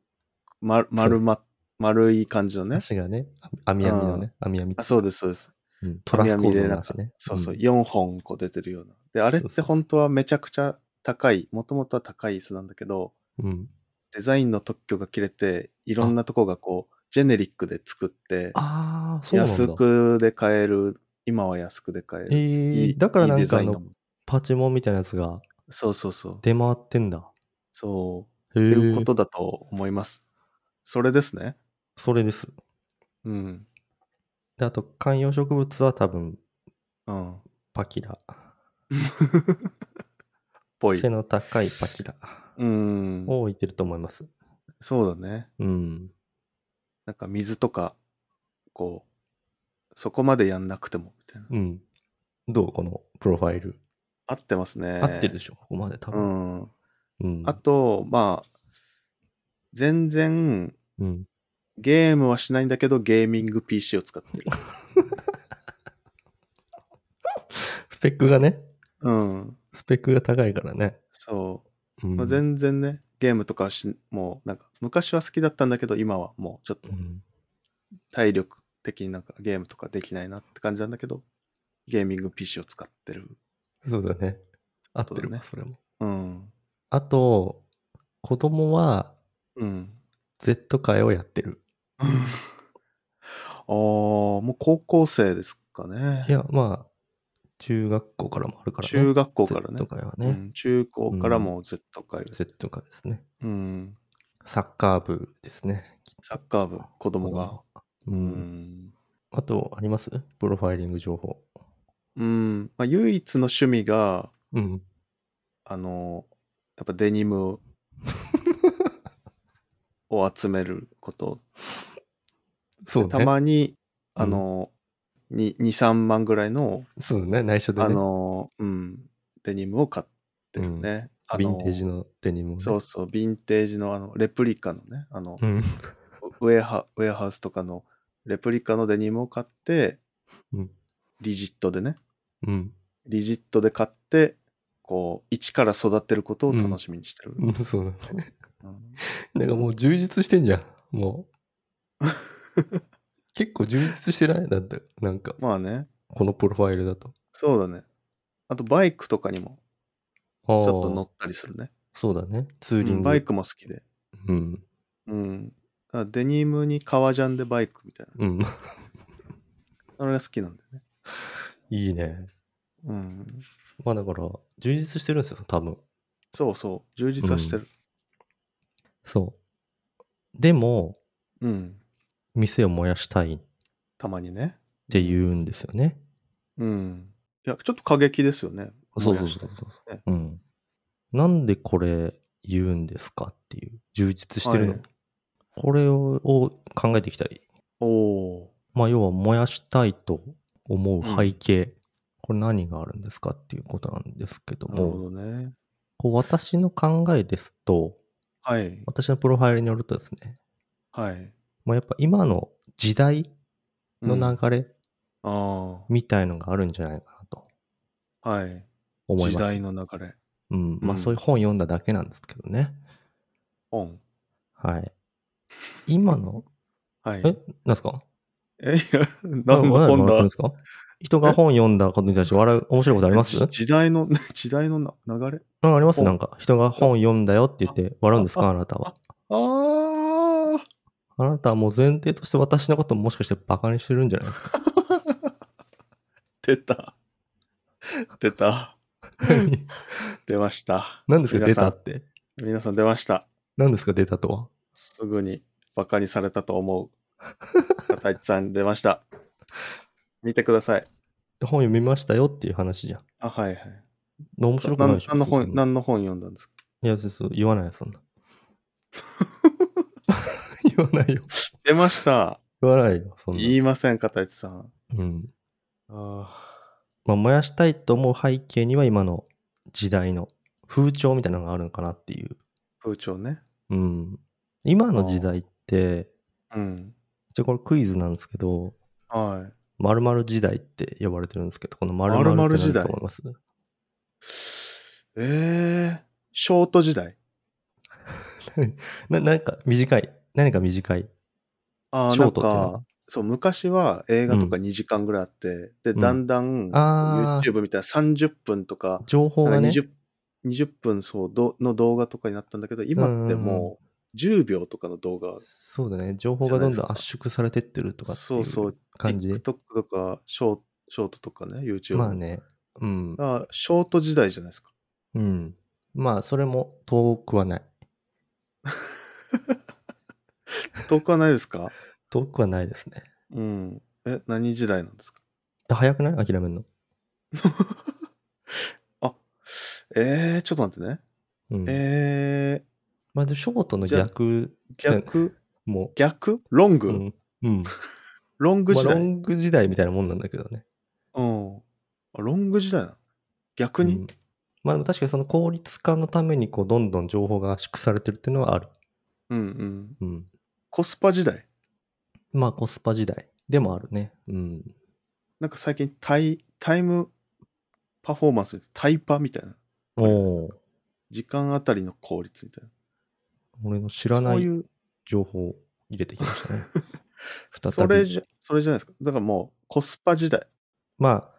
[SPEAKER 2] ま、丸ま、丸い感じのね。
[SPEAKER 1] 足がね、網やみのね、網やみ
[SPEAKER 2] あ、。そうです、そうです。
[SPEAKER 1] うんトラス構
[SPEAKER 2] 網網
[SPEAKER 1] 造
[SPEAKER 2] で
[SPEAKER 1] の
[SPEAKER 2] なんか
[SPEAKER 1] 足ね。
[SPEAKER 2] そうそう、
[SPEAKER 1] ん
[SPEAKER 2] 4本こう出てるような。で、あれっ
[SPEAKER 1] そうそ
[SPEAKER 2] て
[SPEAKER 1] う
[SPEAKER 2] 本当はめちゃくちゃ高い、もともとは高い椅子なんだけど、
[SPEAKER 1] うん。
[SPEAKER 2] デザインの特許が切れて、いろんなとこがこう、ジェネリックで作って、
[SPEAKER 1] ああ、そうなんだ。
[SPEAKER 2] 安くで買える、今は安くで買える。
[SPEAKER 1] え
[SPEAKER 2] い
[SPEAKER 1] え
[SPEAKER 2] い
[SPEAKER 1] だからない
[SPEAKER 2] い
[SPEAKER 1] ん
[SPEAKER 2] デ
[SPEAKER 1] か
[SPEAKER 2] ザ
[SPEAKER 1] あ
[SPEAKER 2] イン
[SPEAKER 1] の
[SPEAKER 2] のもの
[SPEAKER 1] パチモンみたいなやつが
[SPEAKER 2] そうそうそう。
[SPEAKER 1] 出回ってんだ。
[SPEAKER 2] そう。
[SPEAKER 1] へ
[SPEAKER 2] っていうこ
[SPEAKER 1] え。
[SPEAKER 2] とだと思います。それですね。
[SPEAKER 1] それです。
[SPEAKER 2] うん。
[SPEAKER 1] で、あと観葉植物は多分
[SPEAKER 2] うん。
[SPEAKER 1] パキラ。
[SPEAKER 2] ぽい
[SPEAKER 1] 背。の高いパキラ
[SPEAKER 2] うん。
[SPEAKER 1] を置いてると思います。
[SPEAKER 2] そうだね。
[SPEAKER 1] うん。
[SPEAKER 2] なんか水とか、こう、そこまでやんなくても、みたいな。
[SPEAKER 1] うん。どうこのプロファイル。
[SPEAKER 2] 合ってますね。
[SPEAKER 1] 合ってるでしょ、ここまで多
[SPEAKER 2] う
[SPEAKER 1] 分。
[SPEAKER 2] ん。
[SPEAKER 1] うん。
[SPEAKER 2] あと、まあ、全然、
[SPEAKER 1] うん。
[SPEAKER 2] ゲームはしないんだけど、ゲーミング PC を使 (laughs) ってる。
[SPEAKER 1] スペックがね、
[SPEAKER 2] うん。
[SPEAKER 1] スペックが高いからね。
[SPEAKER 2] そうう。
[SPEAKER 1] ん。
[SPEAKER 2] まあ、全然ね、ゲームとかはし、もう、なんか、昔は好きだったんだけど、今はもう、ちょっと
[SPEAKER 1] う、ん
[SPEAKER 2] 体力的になんかゲームとかできないなって感じなんだけど、ゲーミング PC を使ってる。
[SPEAKER 1] そうだね。合って
[SPEAKER 2] そ
[SPEAKER 1] る
[SPEAKER 2] う
[SPEAKER 1] わ
[SPEAKER 2] だね
[SPEAKER 1] それも。
[SPEAKER 2] うん。
[SPEAKER 1] あと、子供は
[SPEAKER 2] うん。 (laughs)
[SPEAKER 1] Z 会をやってる。
[SPEAKER 2] ああ、もう高校生ですかね
[SPEAKER 1] い。や、まあ、中学校からもあるからね。
[SPEAKER 2] 中学校
[SPEAKER 1] 校
[SPEAKER 2] からね
[SPEAKER 1] Z。会は
[SPEAKER 2] う
[SPEAKER 1] ね。
[SPEAKER 2] ん、中高からもう Z 会、
[SPEAKER 1] Z 会ですね。
[SPEAKER 2] うん。
[SPEAKER 1] サッカー部ですね。
[SPEAKER 2] サッカー部、子供が。
[SPEAKER 1] う。
[SPEAKER 2] うんん。
[SPEAKER 1] あと、ありますプロファイリング情報。
[SPEAKER 2] うん。まあ、唯一の趣味が、
[SPEAKER 1] うん。
[SPEAKER 2] あの、やっぱデ
[SPEAKER 1] (laughs)
[SPEAKER 2] ニムを集めること。
[SPEAKER 1] そうね。
[SPEAKER 2] たまに、
[SPEAKER 1] うん
[SPEAKER 2] あの、に2、3万ぐらいの
[SPEAKER 1] そうね。内緒でね。
[SPEAKER 2] あの、うん、デニムを買ってるね。あ
[SPEAKER 1] ヴィン
[SPEAKER 2] の
[SPEAKER 1] テージのデニムをね。
[SPEAKER 2] そうそう、ヴィンテージのあのレプリカのね、あの、
[SPEAKER 1] うん。
[SPEAKER 2] ウェアハウェアハウスとかのレプリカのデニムを買って、
[SPEAKER 1] うん
[SPEAKER 2] リジットでね、
[SPEAKER 1] うん。 (laughs)
[SPEAKER 2] リジットで買って、こう、一から育てることを楽しみにしてる。
[SPEAKER 1] うんそうだね。
[SPEAKER 2] うん
[SPEAKER 1] なんかもう充実してんじゃん。も
[SPEAKER 2] (laughs)
[SPEAKER 1] う。結構充実してないだって、なんか、
[SPEAKER 2] まあね、
[SPEAKER 1] このプロファイルだと。
[SPEAKER 2] そうだね。あと、バイクとかにも
[SPEAKER 1] ちょ
[SPEAKER 2] ちょっと乗ったりするね。
[SPEAKER 1] そうだね。ツ
[SPEAKER 2] う
[SPEAKER 1] ーリン
[SPEAKER 2] ん
[SPEAKER 1] グ。
[SPEAKER 2] バイクも好きで。
[SPEAKER 1] うん。
[SPEAKER 2] うん。だからデニムに革ジャンでバイクみたいな。
[SPEAKER 1] うん。 (laughs)
[SPEAKER 2] あれが好きなんだよね。
[SPEAKER 1] いいね。
[SPEAKER 2] うん。
[SPEAKER 1] まあだから、充実してるんですよ、多分。
[SPEAKER 2] そうそう。充実はしてる。
[SPEAKER 1] そう。でも、
[SPEAKER 2] うん。
[SPEAKER 1] 店を燃やしたいった
[SPEAKER 2] まにね。
[SPEAKER 1] て言うんですよね。
[SPEAKER 2] うん。いや、ちょっと過激ですよね。
[SPEAKER 1] そう
[SPEAKER 2] もや
[SPEAKER 1] そう
[SPEAKER 2] し
[SPEAKER 1] そ
[SPEAKER 2] て
[SPEAKER 1] うそうう。うん。なんでこれ言うんですかっていう、充実してるの。
[SPEAKER 2] はい
[SPEAKER 1] これをを考えてきたり、
[SPEAKER 2] おお
[SPEAKER 1] まあ要は燃やしたいと思う
[SPEAKER 2] うん
[SPEAKER 1] 背景、これ何があるんですかっていうことなんですけど
[SPEAKER 2] ーなるほ
[SPEAKER 1] も、
[SPEAKER 2] どね
[SPEAKER 1] こう私の考えですと、
[SPEAKER 2] はい
[SPEAKER 1] 私のプロファイルによるとですね、
[SPEAKER 2] はい
[SPEAKER 1] もうやっぱ今の時代の
[SPEAKER 2] うん
[SPEAKER 1] 流れ
[SPEAKER 2] あ
[SPEAKER 1] みたいのがあるんじゃないかなと
[SPEAKER 2] あはい
[SPEAKER 1] 思います。
[SPEAKER 2] 時代の流れ
[SPEAKER 1] うん、まあ
[SPEAKER 2] うん
[SPEAKER 1] そういう本読んだだけなんですけどね。
[SPEAKER 2] オン
[SPEAKER 1] はい。今の、
[SPEAKER 2] はい
[SPEAKER 1] え、なんすか
[SPEAKER 2] えいやなんだ
[SPEAKER 1] 笑い笑って
[SPEAKER 2] こん
[SPEAKER 1] るん
[SPEAKER 2] だ
[SPEAKER 1] ですか人が本読んだことに対して笑う、面白いことありますなん
[SPEAKER 2] 時代の (laughs) 時代のな流れ
[SPEAKER 1] かあります
[SPEAKER 2] 本
[SPEAKER 1] なんか、人が本読んだよって言って笑うんですか
[SPEAKER 2] あ
[SPEAKER 1] あなたは。
[SPEAKER 2] あ
[SPEAKER 1] あなたはもう前提として私のこともしかしてバカにしてるんじゃないです
[SPEAKER 2] (laughs)
[SPEAKER 1] か
[SPEAKER 2] 出た出た出ました
[SPEAKER 1] 何ですか
[SPEAKER 2] 皆
[SPEAKER 1] 出
[SPEAKER 2] さん
[SPEAKER 1] たって。
[SPEAKER 2] 皆さん出ました
[SPEAKER 1] 何ですか出たとは。
[SPEAKER 2] すぐにバカにされたと思う。片市さん出ました。見てください。
[SPEAKER 1] 本読みましたよっていう話じゃん。
[SPEAKER 2] あ、はいはい。
[SPEAKER 1] 面白くない
[SPEAKER 2] 何
[SPEAKER 1] でしょ。
[SPEAKER 2] 何の
[SPEAKER 1] 普通
[SPEAKER 2] 本、
[SPEAKER 1] に
[SPEAKER 2] 何の本読んだんですか
[SPEAKER 1] いや、そうそう言わないよ、そん
[SPEAKER 2] (laughs)
[SPEAKER 1] な。言わないよ。
[SPEAKER 2] 出ました。
[SPEAKER 1] 言わないよ、そんな。
[SPEAKER 2] 言いません、片市さん。
[SPEAKER 1] うん。
[SPEAKER 2] あ
[SPEAKER 1] まあ、燃やしたいと思う背景には今の時代の風潮みたいなのがあるのかなっていう。
[SPEAKER 2] ー風潮ね。
[SPEAKER 1] うん。今の時代って、
[SPEAKER 2] うん。
[SPEAKER 1] じゃこれクイズなんですけど、
[SPEAKER 2] はい。
[SPEAKER 1] 〇〇時代って呼ばれてるんですけど、この〇
[SPEAKER 2] 〇
[SPEAKER 1] 〇
[SPEAKER 2] 〇
[SPEAKER 1] って
[SPEAKER 2] 時
[SPEAKER 1] 何だ
[SPEAKER 2] 代
[SPEAKER 1] と思います
[SPEAKER 2] えー、ショート時代。
[SPEAKER 1] (laughs) な何か短い。何か短い。
[SPEAKER 2] あー
[SPEAKER 1] ショ
[SPEAKER 2] な
[SPEAKER 1] ー
[SPEAKER 2] ん
[SPEAKER 1] トっていうの
[SPEAKER 2] か、そう、昔は映画とか
[SPEAKER 1] う
[SPEAKER 2] 2時間ぐらいあって、で、
[SPEAKER 1] ん
[SPEAKER 2] だんだん
[SPEAKER 1] あー
[SPEAKER 2] YouTube みたいな30分とか、
[SPEAKER 1] 情報がね、
[SPEAKER 2] 20, 20分そうどの動画とかになったんだけど今ってもう10秒とかの動画
[SPEAKER 1] そうだね、情報がどん
[SPEAKER 2] じ
[SPEAKER 1] ど
[SPEAKER 2] ゃ
[SPEAKER 1] ん
[SPEAKER 2] ない
[SPEAKER 1] 圧縮されてってるとかってい
[SPEAKER 2] そうそうう
[SPEAKER 1] 感じ。
[SPEAKER 2] TikTok とかショーショートとかね YouTube
[SPEAKER 1] まあね、うん
[SPEAKER 2] だ。からショート時代じゃないですか
[SPEAKER 1] うん。まあ、それも遠くはない。
[SPEAKER 2] 遠くはないで
[SPEAKER 1] (laughs)
[SPEAKER 2] すか
[SPEAKER 1] 遠くはないですね。
[SPEAKER 2] うんえ何時代なんですか
[SPEAKER 1] 早くない諦めるの。
[SPEAKER 2] あえー、ちょっと待ってね
[SPEAKER 1] うん。
[SPEAKER 2] え
[SPEAKER 1] まあ、でショートの
[SPEAKER 2] じゃあ
[SPEAKER 1] 逆
[SPEAKER 2] ー、逆
[SPEAKER 1] も、
[SPEAKER 2] 逆ロング、
[SPEAKER 1] うん。うん。
[SPEAKER 2] ロング時
[SPEAKER 1] まあ、ロ
[SPEAKER 2] 代、
[SPEAKER 1] ング時代みたいなもんなんだけどね。
[SPEAKER 2] うんあロング時代なの逆
[SPEAKER 1] う
[SPEAKER 2] に、
[SPEAKER 1] んまあ、でも確かにその効率化のために、こう、どんどん情報が圧縮されてるっていうのはある。
[SPEAKER 2] うん、うん
[SPEAKER 1] うん。
[SPEAKER 2] コスパ時代
[SPEAKER 1] まあ、コスパ時代でもあるね。うん。
[SPEAKER 2] なんか最近タイタイムパフォーマンスみたいなタイパみたいな
[SPEAKER 1] おおー
[SPEAKER 2] 時間あたりの効率みたいな
[SPEAKER 1] 俺の知らな
[SPEAKER 2] そう
[SPEAKER 1] い
[SPEAKER 2] いう
[SPEAKER 1] 情報を入れてきま
[SPEAKER 2] (laughs)
[SPEAKER 1] したね。再び。
[SPEAKER 2] それじゃそれじゃないですかだからもうコスパ時代
[SPEAKER 1] まあ、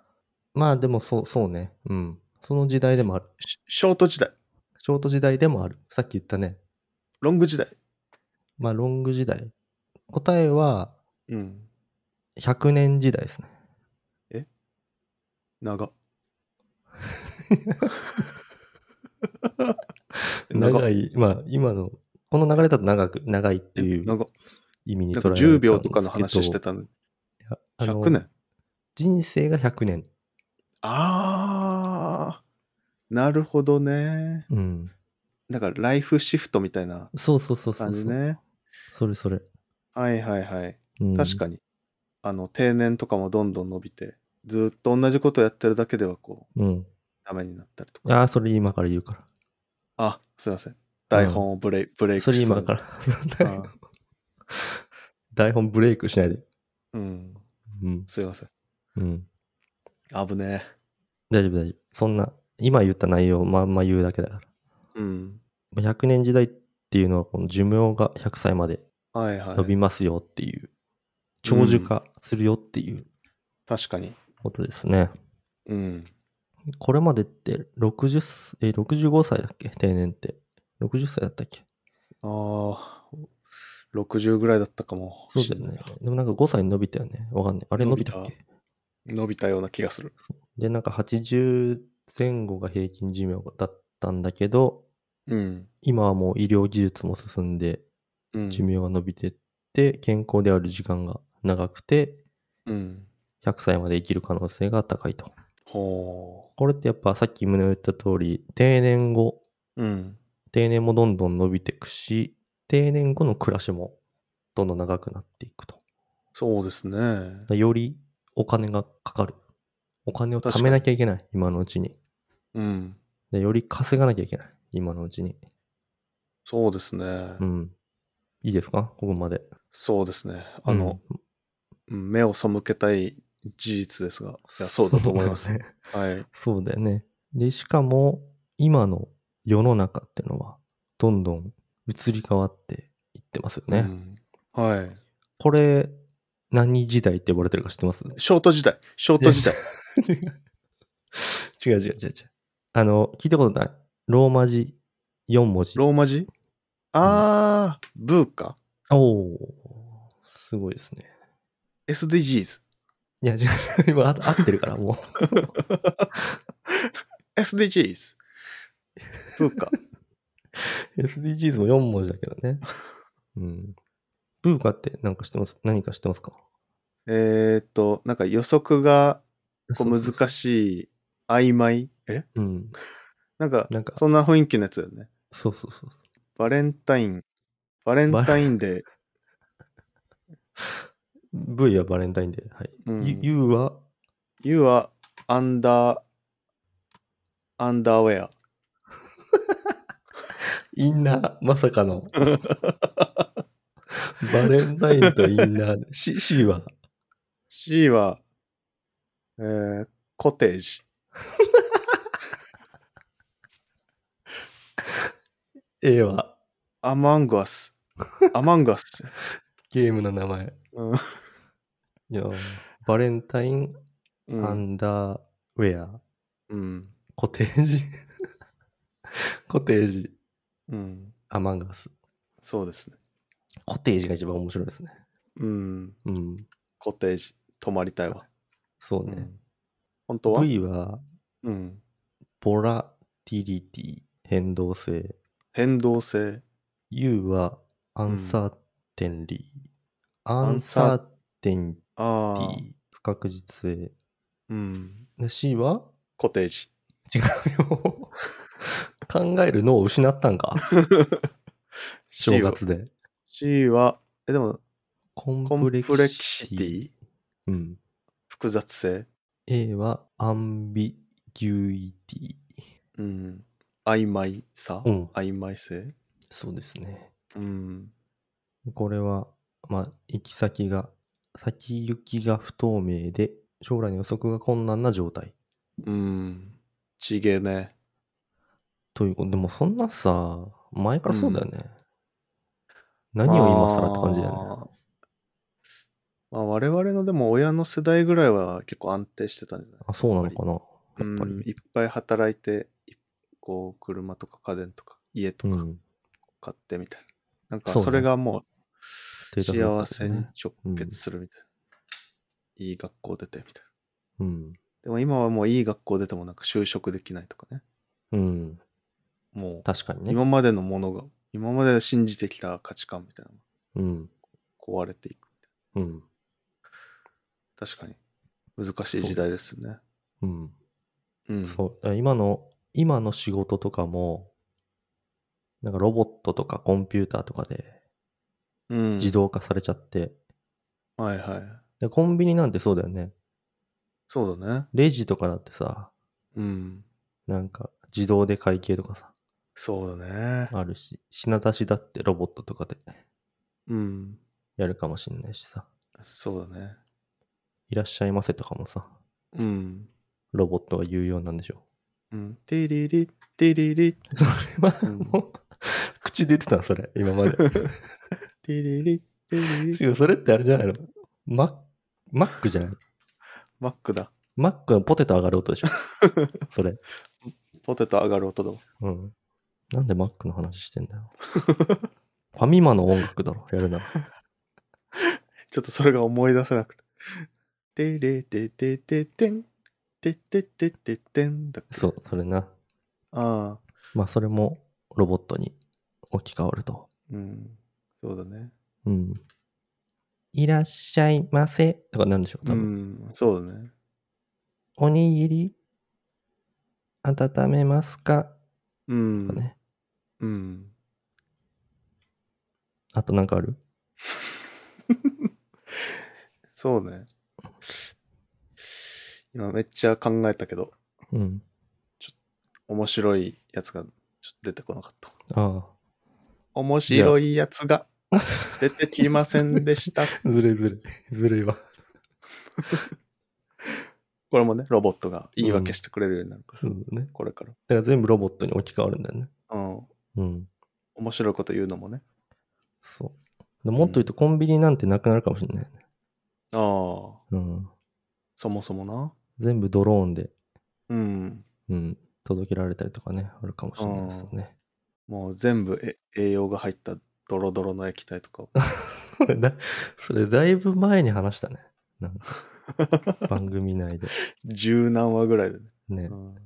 [SPEAKER 1] まあ、でもそう、そうね。うん。その時代でもある。
[SPEAKER 2] シショート時代
[SPEAKER 1] ショート時代でもある。さっき言ったね。
[SPEAKER 2] ロング時代
[SPEAKER 1] まあ、ロング時代。答えは、
[SPEAKER 2] うん
[SPEAKER 1] 100年時代ですね。
[SPEAKER 2] 長
[SPEAKER 1] 長
[SPEAKER 2] い
[SPEAKER 1] い、まあ、今の、この流れだと長く、長いっていう
[SPEAKER 2] 長い
[SPEAKER 1] 意味に
[SPEAKER 2] なん
[SPEAKER 1] 捉
[SPEAKER 2] か
[SPEAKER 1] えられちゃうんです
[SPEAKER 2] 10
[SPEAKER 1] けど
[SPEAKER 2] 秒とかの話してたのに
[SPEAKER 1] いやあの
[SPEAKER 2] 100年
[SPEAKER 1] 人生が100年。
[SPEAKER 2] あーなるほどね
[SPEAKER 1] うん。
[SPEAKER 2] だからライフシフトみたいな
[SPEAKER 1] そうそうそうそう
[SPEAKER 2] 感
[SPEAKER 1] そう。
[SPEAKER 2] じね
[SPEAKER 1] それそれ。
[SPEAKER 2] はいはいはい
[SPEAKER 1] うん
[SPEAKER 2] 確かに、あの定年とかもどんどん伸びてずーっと同じことやってるだけではこう
[SPEAKER 1] うん。
[SPEAKER 2] ダメになったりとか
[SPEAKER 1] ああ、それ今から言うか
[SPEAKER 2] あすいません台本をブレイ,、ブレイ
[SPEAKER 1] ら。
[SPEAKER 2] ク
[SPEAKER 1] それ
[SPEAKER 2] しそう
[SPEAKER 1] 今
[SPEAKER 2] に
[SPEAKER 1] から。
[SPEAKER 2] あー
[SPEAKER 1] (laughs) 台本ブレイクしないで。
[SPEAKER 2] うん
[SPEAKER 1] うん。
[SPEAKER 2] すいません
[SPEAKER 1] うん。
[SPEAKER 2] 危ね
[SPEAKER 1] 大丈夫、大丈夫。そんな、今言った内容をまんま言うだけだか
[SPEAKER 2] えうん
[SPEAKER 1] ら。まあ100年時代っていうのは、この寿命が100歳まで
[SPEAKER 2] はいは
[SPEAKER 1] 伸び
[SPEAKER 2] い
[SPEAKER 1] ますよっていう、長寿化するよっていう
[SPEAKER 2] 確かに
[SPEAKER 1] ことですね。
[SPEAKER 2] うん
[SPEAKER 1] これまでって60す、えー、65歳だっけ定年って。60歳だったっけ
[SPEAKER 2] あー60ぐらいだったかも
[SPEAKER 1] そうだよね。でもなんか5歳に伸びたよね。わかんない。あれ伸びたっ
[SPEAKER 2] 伸び
[SPEAKER 1] け
[SPEAKER 2] 伸びたような気がする
[SPEAKER 1] で、なんか80前後が平均寿命だったんだけど、
[SPEAKER 2] うん、
[SPEAKER 1] 今はもう医療技術も進んで、
[SPEAKER 2] うん、
[SPEAKER 1] 寿命が伸びてって、健康である時間が長くて、
[SPEAKER 2] うん
[SPEAKER 1] 100歳まで生きる可能性が高いと。
[SPEAKER 2] ほ
[SPEAKER 1] これってやっぱさっき胸を言った通り、定年後、
[SPEAKER 2] う。うん。
[SPEAKER 1] 定年もどんどん伸びていくし、定年後の暮らしもどんどん長くなっていくと。
[SPEAKER 2] そうですね。
[SPEAKER 1] だよりお金がかかる。お金を貯めなきゃいけない、今のうちに。
[SPEAKER 2] うん。
[SPEAKER 1] でより稼がなきゃいけない、今のうちに。
[SPEAKER 2] そうですね。
[SPEAKER 1] うん。いいですかここまで。
[SPEAKER 2] そうですね。あの、
[SPEAKER 1] うん、
[SPEAKER 2] うん目を背けたい事実ですが、いや、そうだと思いま
[SPEAKER 1] (laughs)
[SPEAKER 2] す。
[SPEAKER 1] そうだよね
[SPEAKER 2] はい。
[SPEAKER 1] そうだよね。で、しかも、今の世の中ってのは、どんどん移り変わっていってますよね。
[SPEAKER 2] うん。はい。
[SPEAKER 1] これ、何時代って呼ばれてるか知って
[SPEAKER 2] (laughs)
[SPEAKER 1] ます
[SPEAKER 2] ショート時代。ショート時代。
[SPEAKER 1] 違う違う違う違う。あの、聞いたことない。ローマ字4文字。
[SPEAKER 2] ローマ字あー、ブーか。
[SPEAKER 1] おー、すごいですね。
[SPEAKER 2] SDGs。
[SPEAKER 1] いや、違う。 (laughs) 今、あ合ってるから、もう。 (laughs)
[SPEAKER 2] SDGs。ブー
[SPEAKER 1] (laughs)
[SPEAKER 2] か。
[SPEAKER 1] SDGs も4文字だけどね。うん。ブーカって何か知ってます何か知ってますか
[SPEAKER 2] えーっと、なんか予測が
[SPEAKER 1] そ
[SPEAKER 2] こう
[SPEAKER 1] うそう
[SPEAKER 2] 難しい、曖昧。え
[SPEAKER 1] そううん。
[SPEAKER 2] なんか、
[SPEAKER 1] なんか、
[SPEAKER 2] そんな雰囲気のやつだよね。
[SPEAKER 1] そうそうそう。
[SPEAKER 2] バレンタイン。バレンタイ
[SPEAKER 1] (laughs)
[SPEAKER 2] ンデー。
[SPEAKER 1] V はバレンタインデー。はい。
[SPEAKER 2] うん
[SPEAKER 1] U- U は、
[SPEAKER 2] You はアンダー、アンダーウェア。
[SPEAKER 1] インナー、まさか (laughs) の。バレンタインとインナー。C, C は、
[SPEAKER 2] C は、えー、コテージ。
[SPEAKER 1] A は、
[SPEAKER 2] アマンガス。アマンガス。
[SPEAKER 1] ゲームの名前。
[SPEAKER 2] うん
[SPEAKER 1] いやーバレンタイン、
[SPEAKER 2] う
[SPEAKER 1] ア
[SPEAKER 2] ん。
[SPEAKER 1] ンダーウェア、
[SPEAKER 2] うん。
[SPEAKER 1] コテージ。 (laughs) コテージ、
[SPEAKER 2] うん。
[SPEAKER 1] アマンガス。
[SPEAKER 2] そうですね。
[SPEAKER 1] コテージが一番面白いですね。
[SPEAKER 2] うん。
[SPEAKER 1] うん。
[SPEAKER 2] コテージ。泊まりたいわ。
[SPEAKER 1] そう
[SPEAKER 2] う
[SPEAKER 1] ね。
[SPEAKER 2] ん、本当は、
[SPEAKER 1] v は、
[SPEAKER 2] うん。
[SPEAKER 1] ボラティリティ、変動性。
[SPEAKER 2] 変動性。
[SPEAKER 1] U は、アンサーテンリー。ア
[SPEAKER 2] ア
[SPEAKER 1] ン
[SPEAKER 2] ン
[SPEAKER 1] サ
[SPEAKER 2] サ
[SPEAKER 1] ーテンティ
[SPEAKER 2] ああ。
[SPEAKER 1] ー、不確実性。
[SPEAKER 2] うん。
[SPEAKER 1] で C は、 (laughs)
[SPEAKER 2] コテージ。
[SPEAKER 1] 違うよ。考える脳を失ったんか正
[SPEAKER 2] (laughs) C は
[SPEAKER 1] 月で。
[SPEAKER 2] C は、え、でも、
[SPEAKER 1] コン
[SPEAKER 2] コン
[SPEAKER 1] プ
[SPEAKER 2] プ
[SPEAKER 1] レ
[SPEAKER 2] レ
[SPEAKER 1] ク
[SPEAKER 2] ク
[SPEAKER 1] シ
[SPEAKER 2] シ
[SPEAKER 1] テ
[SPEAKER 2] テ
[SPEAKER 1] ィ。
[SPEAKER 2] ィ
[SPEAKER 1] うん。
[SPEAKER 2] 複雑性。
[SPEAKER 1] A は、アンビギュイティ。
[SPEAKER 2] うん。曖昧さ。
[SPEAKER 1] うん
[SPEAKER 2] 曖昧性。
[SPEAKER 1] そうですね。
[SPEAKER 2] うん。
[SPEAKER 1] これは、まあ、行き先が、先行きが不透明で、将来の予測が困難な状態。
[SPEAKER 2] うん。ちげえね。
[SPEAKER 1] ということでもそんなさ、前からそうだよね。何を今更って感じだよね。
[SPEAKER 2] ね。まあ、我々のでも親の世代ぐらいは結構安定してたんじゃない
[SPEAKER 1] あ、そうなのかな。やっぱ
[SPEAKER 2] うん
[SPEAKER 1] り。
[SPEAKER 2] いっぱい働いて、いこう、車とか家電とか家と
[SPEAKER 1] う
[SPEAKER 2] か
[SPEAKER 1] ん。
[SPEAKER 2] 買ってみたいな。なんか、
[SPEAKER 1] そうね
[SPEAKER 2] それがもう、
[SPEAKER 1] 定着だ
[SPEAKER 2] 幸
[SPEAKER 1] った
[SPEAKER 2] せ
[SPEAKER 1] よね
[SPEAKER 2] に直結するみたいな。いい学校出てみたいな。
[SPEAKER 1] うん。
[SPEAKER 2] でも今はもういい学校出てもなんか就職できないとかね。
[SPEAKER 1] うん。
[SPEAKER 2] も
[SPEAKER 1] 確かに
[SPEAKER 2] う、
[SPEAKER 1] ね。
[SPEAKER 2] 今までのものが、今まで信じてきた価値観みたいなの
[SPEAKER 1] うん。
[SPEAKER 2] が壊れていく。
[SPEAKER 1] うん。
[SPEAKER 2] 確かに。難しい時代ですよね。
[SPEAKER 1] うん。
[SPEAKER 2] うん。
[SPEAKER 1] そう。だから今の、今の仕事とかも、なんかロボットとかコンピューターとかで
[SPEAKER 2] うん。
[SPEAKER 1] 自動化されちゃって、
[SPEAKER 2] はいはい。
[SPEAKER 1] でコンビニなんてそうだよね。
[SPEAKER 2] そうだね。
[SPEAKER 1] レジとかだってさ、
[SPEAKER 2] うん。
[SPEAKER 1] なんか自動で会計とかさ、
[SPEAKER 2] そうだね。
[SPEAKER 1] あるし、品出しだってロボットとかで
[SPEAKER 2] うん。
[SPEAKER 1] やるかもしんないしさ。
[SPEAKER 2] そうだね。
[SPEAKER 1] いらっしゃいませとかもさ、
[SPEAKER 2] うん。
[SPEAKER 1] ロボットが言うようなんでしょ
[SPEAKER 2] うん。ティリリ、ティリリ、
[SPEAKER 1] う。それは
[SPEAKER 2] うん
[SPEAKER 1] もう、口で言ってたのそれ、今まで。 (laughs)
[SPEAKER 2] ティリリ、ティリリ。
[SPEAKER 1] 違う、それってあれじゃないのママックじゃない
[SPEAKER 2] マックだ。
[SPEAKER 1] マックのポテト上がる音で (laughs) しょそれ。
[SPEAKER 2] ポテト上がる音だもん。
[SPEAKER 1] うん。なんでマックの話してんだよ。ファミマの音楽だろ、やるなら。
[SPEAKER 2] ちょっとそれが思い出せなくて。テレテテテテン。テテテテテンだっけ
[SPEAKER 1] そう、それな。
[SPEAKER 2] ああ。
[SPEAKER 1] まあ、それもロボットに置き換わると。
[SPEAKER 2] うん。そうだね。
[SPEAKER 1] うん。いらっしゃいませとかなんでしょう、多
[SPEAKER 2] う
[SPEAKER 1] 分。
[SPEAKER 2] ん。そうだね。
[SPEAKER 1] おにぎり温めますか、
[SPEAKER 2] うん
[SPEAKER 1] とか。ね。
[SPEAKER 2] うん。
[SPEAKER 1] あとなんかある
[SPEAKER 2] そうね。今めっちゃ考えたけど、
[SPEAKER 1] うん。
[SPEAKER 2] 面白いやつがちょっと出てこなかった。
[SPEAKER 1] あ
[SPEAKER 2] 面白いやつ (laughs) が出てきませんでした。
[SPEAKER 1] あ。ずるいずるい。 (laughs) ずるいわ。
[SPEAKER 2] これもね、ロボットが言い訳してくれるようになるから、
[SPEAKER 1] そうだね。
[SPEAKER 2] これから。
[SPEAKER 1] だから全部ロボットに置き換わるんだよね。
[SPEAKER 2] うん。
[SPEAKER 1] うん。
[SPEAKER 2] 面白いこと言うのもね。
[SPEAKER 1] そう。でもっと言うとコンビニなんてなくなるかもしれないね。
[SPEAKER 2] ああ、
[SPEAKER 1] うん。
[SPEAKER 2] そもそもな。
[SPEAKER 1] 全部ドローンで、
[SPEAKER 2] うん。
[SPEAKER 1] うん、届けられたりとかね、あるかもしれないですよね。
[SPEAKER 2] もう全部え栄養が入ったドロドロの液体とかを。
[SPEAKER 1] (laughs) それだ、それだいぶ前に話 (laughs) したね。なんか
[SPEAKER 2] (laughs)
[SPEAKER 1] 番組内で。
[SPEAKER 2] 十何話ぐらいでね。
[SPEAKER 1] ね
[SPEAKER 2] う。ん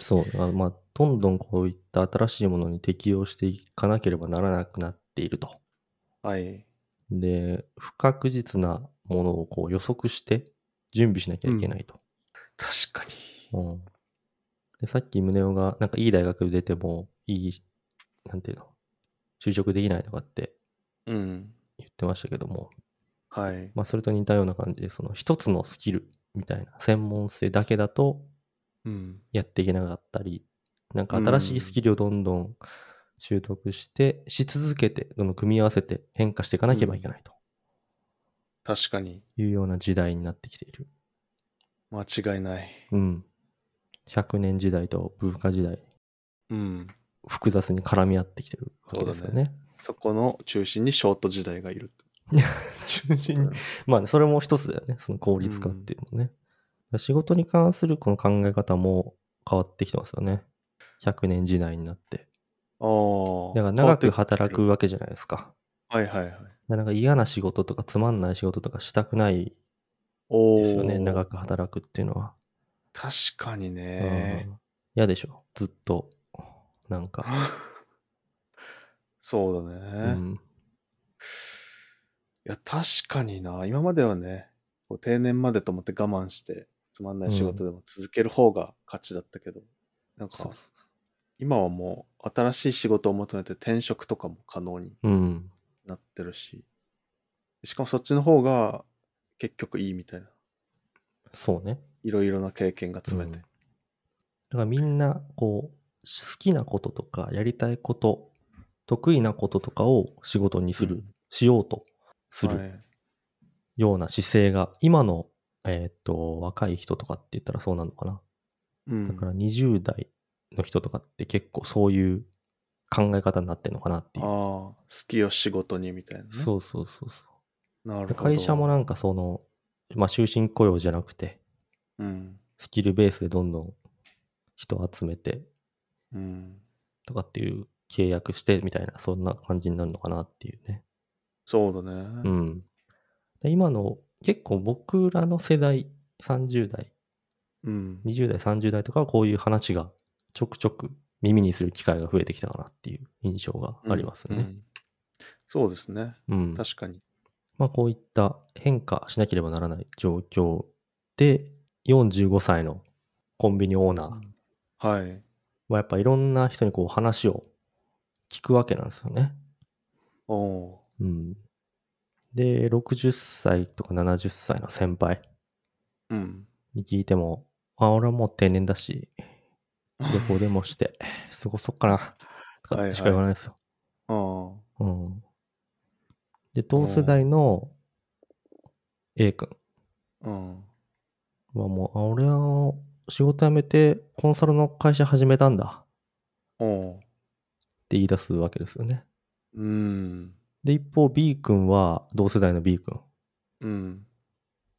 [SPEAKER 1] そう。あまあ、どんどんこういった新しいものに適応していかなければならなくなっていると。
[SPEAKER 2] はい。
[SPEAKER 1] で、不確実なものをこう予測して準備しなきゃいけないと。
[SPEAKER 2] 確かに。
[SPEAKER 1] うん。で、さっき宗男が、なんかいい大学出ても、いい、なんていうの、就職できないとかって
[SPEAKER 2] うん。
[SPEAKER 1] 言ってましたけども、
[SPEAKER 2] はい。
[SPEAKER 1] まあ、それと似たような感じで、その一つのスキルみたいな、専門性だけだと
[SPEAKER 2] うん。
[SPEAKER 1] やっていけなかったり、なんか新しいスキルをどんどん習得して、し続けて、どんどん組み合わせて変化していかなければいけないと
[SPEAKER 2] 確かに。
[SPEAKER 1] いうような時代になってきている。
[SPEAKER 2] 間違いない。
[SPEAKER 1] うん。100年時代と文化時代、
[SPEAKER 2] うん。
[SPEAKER 1] 複雑に絡み合ってきてるわけですよ
[SPEAKER 2] そうだ
[SPEAKER 1] ね。
[SPEAKER 2] そこの中心にショート時代がいる。
[SPEAKER 1] 中心に。まあね、それも一つだよね。その効率化っていうのね。仕事に関するこの考え方も変わってきてますよね。100年時代になって。
[SPEAKER 2] ああ。
[SPEAKER 1] だから長く
[SPEAKER 2] 変わって
[SPEAKER 1] 働くわけじゃないですか。
[SPEAKER 2] はいはいはい。
[SPEAKER 1] だからなんか嫌な仕事とかつまんない仕事とかしたくない
[SPEAKER 2] おお。
[SPEAKER 1] ですよね。長く働くっていうのは。
[SPEAKER 2] 確かに
[SPEAKER 1] う
[SPEAKER 2] ね。
[SPEAKER 1] ん嫌でしょ。ずっと。なんか。
[SPEAKER 2] (laughs) そうだ
[SPEAKER 1] う
[SPEAKER 2] ね。い
[SPEAKER 1] ん。
[SPEAKER 2] や、確かにな。今まではね、こう定年までと思って我慢して、つまんない仕事でも続ける方が勝ちだったけど、なん
[SPEAKER 1] そ
[SPEAKER 2] か
[SPEAKER 1] う、
[SPEAKER 2] 今はもう新しい仕事を求めて転職とかも可能に
[SPEAKER 1] うん。
[SPEAKER 2] なってるし、しかもそっちの方が結局いいみたいな。
[SPEAKER 1] そうね。
[SPEAKER 2] いろいろな経験が積めて。
[SPEAKER 1] だからみんなこう好きなこととかやりたいこと得意なこととかを仕事にする、
[SPEAKER 2] うん
[SPEAKER 1] しようとす
[SPEAKER 2] は
[SPEAKER 1] る
[SPEAKER 2] い
[SPEAKER 1] ような姿勢が今の、えーっと若い人とかって言ったらそうなのかな、
[SPEAKER 2] うん、
[SPEAKER 1] だから20代の人とかって結構そういう考え方になってるのかなっていう、
[SPEAKER 2] ああ、好きを仕事にみたいな、ね。。
[SPEAKER 1] そうそうそうそう
[SPEAKER 2] なる
[SPEAKER 1] うで
[SPEAKER 2] ほど。
[SPEAKER 1] 会社もなんかその、まあ、終身雇用じゃなくて
[SPEAKER 2] うん。
[SPEAKER 1] スキルベースでどんどん人を集めて
[SPEAKER 2] うん。
[SPEAKER 1] とかっていう契約してみたいな、そんな感じになるのかなっていうね。
[SPEAKER 2] そうだ
[SPEAKER 1] う
[SPEAKER 2] ね。
[SPEAKER 1] ん。で今の結構僕らの世代、30代、
[SPEAKER 2] うん。
[SPEAKER 1] 20代、30代とかはこういう話がちょくちょく耳にする機会が増えてきたかなっていう印象があります
[SPEAKER 2] う
[SPEAKER 1] ね。
[SPEAKER 2] んそうですね。
[SPEAKER 1] うん。
[SPEAKER 2] 確かに。
[SPEAKER 1] まあこういった変化しなければならない状況で、45歳のコンビニオーナー
[SPEAKER 2] はい。
[SPEAKER 1] はやっぱいろんな人にこう話を聞くわけなんですよね。
[SPEAKER 2] おお
[SPEAKER 1] うん。で、60歳とか70歳の先輩
[SPEAKER 2] ー。うん。
[SPEAKER 1] に聞いても、あ、俺はもう定年だし、
[SPEAKER 2] (laughs)
[SPEAKER 1] 旅行でも (laughs) して、過ごそっかな、とかってしか言わないですよ。
[SPEAKER 2] ああ。
[SPEAKER 1] うん。で、同世代の A 君
[SPEAKER 2] うん。
[SPEAKER 1] はもう、あ、俺は仕事辞めてコンサルの会社始めたんだ
[SPEAKER 2] おお
[SPEAKER 1] って言い出すわけですよね。
[SPEAKER 2] ー。うん。
[SPEAKER 1] で、一方 B 君は、同世代の B 君。
[SPEAKER 2] うん。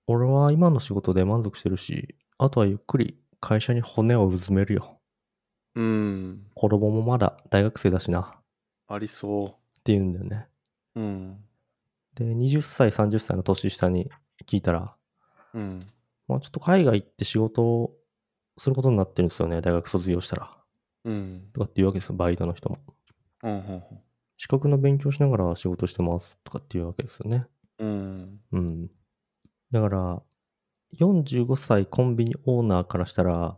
[SPEAKER 1] 俺は今の仕事で満足してるし、あとはゆっくり会社に骨をうずめるよ。
[SPEAKER 2] うん。
[SPEAKER 1] 子供もまだ大学生だしな。っ
[SPEAKER 2] ありそ
[SPEAKER 1] て言うんだよね。
[SPEAKER 2] う。うん。
[SPEAKER 1] で、20歳、30歳の年下に聞いたら、
[SPEAKER 2] うん。
[SPEAKER 1] まあ、ちょっと海外行って仕事をすることになってるんですよね。大学卒業したら。
[SPEAKER 2] うん。
[SPEAKER 1] とかって言うわけですよ。バイトの人も。
[SPEAKER 2] うん。うん
[SPEAKER 1] 資格の勉強しながら仕事してます。とかって言うわけですよね。
[SPEAKER 2] うん。
[SPEAKER 1] うん。だから、45歳コンビニオーナーからしたら、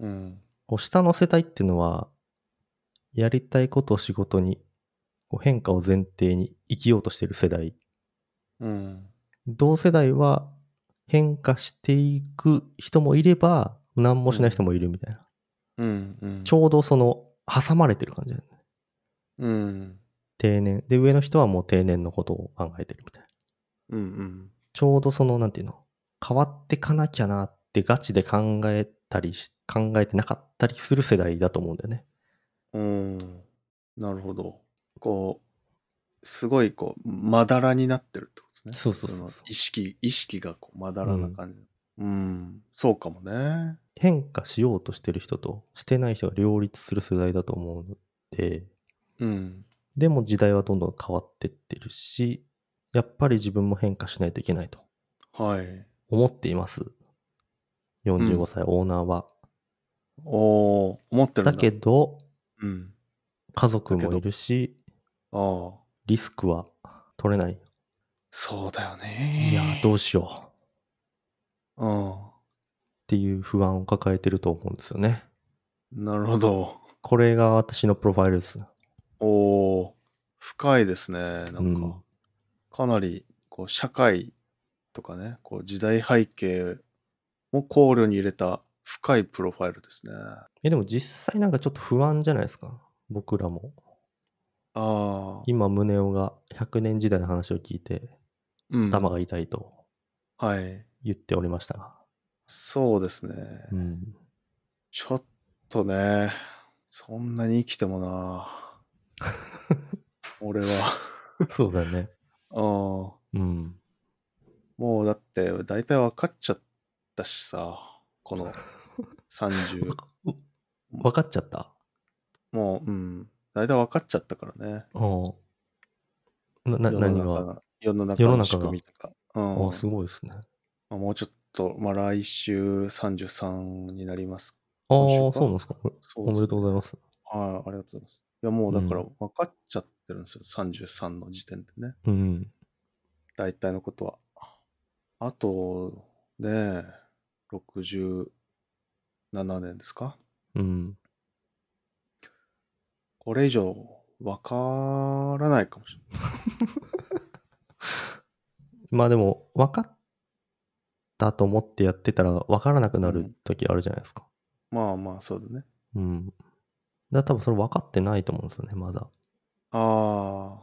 [SPEAKER 2] うん。
[SPEAKER 1] こう下乗せたいっていうのは、やりたいことを仕事に、こう変化を前提に生きようとしている世代。
[SPEAKER 2] うん。
[SPEAKER 1] 同世代は変化していく人もいれば、何もしない人もいるみたいな。
[SPEAKER 2] うん。うん。
[SPEAKER 1] ちょうどその、挟まれてる感じだよね。
[SPEAKER 2] うん。
[SPEAKER 1] 定年。で、上の人はもう定年のことを考えてるみたいな。
[SPEAKER 2] うん。うん。
[SPEAKER 1] ちょうどその、なんていうの、変わってかなきゃなってガチで考えたりし、考えてなかったりする世代だと思うんだよね。
[SPEAKER 2] うん。なるほど。こう、すごいこう、まだらになってるってことね。
[SPEAKER 1] そうそうそうそう
[SPEAKER 2] の意識、意識がこうまだらな感じ。うん、そうかもね。
[SPEAKER 1] 変化しようとしてる人としてない人が両立する世代だと思うので、
[SPEAKER 2] うん。
[SPEAKER 1] でも時代はどんどん変わってってるし、やっぱり自分も変化しないといけないと
[SPEAKER 2] はい。
[SPEAKER 1] 思っています。45歳オーナーは。
[SPEAKER 2] おお思ってるんだ。
[SPEAKER 1] だけど、
[SPEAKER 2] うん。
[SPEAKER 1] 家族もいるし、
[SPEAKER 2] ああ。
[SPEAKER 1] リスクは取れない。
[SPEAKER 2] そうだよね。
[SPEAKER 1] いやー、どうしようっ
[SPEAKER 2] う
[SPEAKER 1] ていう不安を抱えてると思うんですよね。
[SPEAKER 2] ん。なるほど。
[SPEAKER 1] これが私のプロファイルです。
[SPEAKER 2] おお深いですね。なんか、
[SPEAKER 1] うん
[SPEAKER 2] かなり、こう、社会とかね、こう、時代背景も考慮に入れた深いプロファイルですね。あ
[SPEAKER 1] え、でも実際なんかちょっと不安じゃないですか。僕らも。
[SPEAKER 2] あ。
[SPEAKER 1] 今、宗男が100年時代の話を聞いて、
[SPEAKER 2] うん。
[SPEAKER 1] 頭が痛いと
[SPEAKER 2] はい。
[SPEAKER 1] 言っておりましたが。
[SPEAKER 2] そうですね。
[SPEAKER 1] うん。
[SPEAKER 2] (laughs) ちょっとね、そんなに生きても
[SPEAKER 1] (laughs)
[SPEAKER 2] な。俺は。
[SPEAKER 1] そうだよね。
[SPEAKER 2] うん。
[SPEAKER 1] うん。
[SPEAKER 2] もうだって、大体分かっちゃったしさ、こ
[SPEAKER 1] (laughs)
[SPEAKER 2] の30。
[SPEAKER 1] 分かっちゃった。
[SPEAKER 2] もう、うん。大体分かっちゃったからね。
[SPEAKER 1] うん。な、な、
[SPEAKER 2] 世の
[SPEAKER 1] 何
[SPEAKER 2] 中
[SPEAKER 1] が。
[SPEAKER 2] が世の中
[SPEAKER 1] 世の中
[SPEAKER 2] の
[SPEAKER 1] が
[SPEAKER 2] 仕組みとか。うん
[SPEAKER 1] あ、すごいですね。
[SPEAKER 2] まあ、もうちょっと、まあ来週33になります。
[SPEAKER 1] ああ、
[SPEAKER 2] 今
[SPEAKER 1] そ
[SPEAKER 2] 週か
[SPEAKER 1] うなんですか。
[SPEAKER 2] そ
[SPEAKER 1] おめでとうございます。
[SPEAKER 2] う。はい、ありがとうございます。いや、もうだから
[SPEAKER 1] う
[SPEAKER 2] 分かっちゃってるんですよ。33の時点でね。
[SPEAKER 1] うん。
[SPEAKER 2] 大体のことは。あと、ねえ、67年ですか
[SPEAKER 1] うん。
[SPEAKER 2] これ以上分からないかもしれない。
[SPEAKER 1] まあでも、分かったと思ってやってたら、分からなくなる時あるじゃないですか。
[SPEAKER 2] まあまあ、そうだね。
[SPEAKER 1] うん。だから多分それ分かってないと思うんですよね、まだ。
[SPEAKER 2] ああ。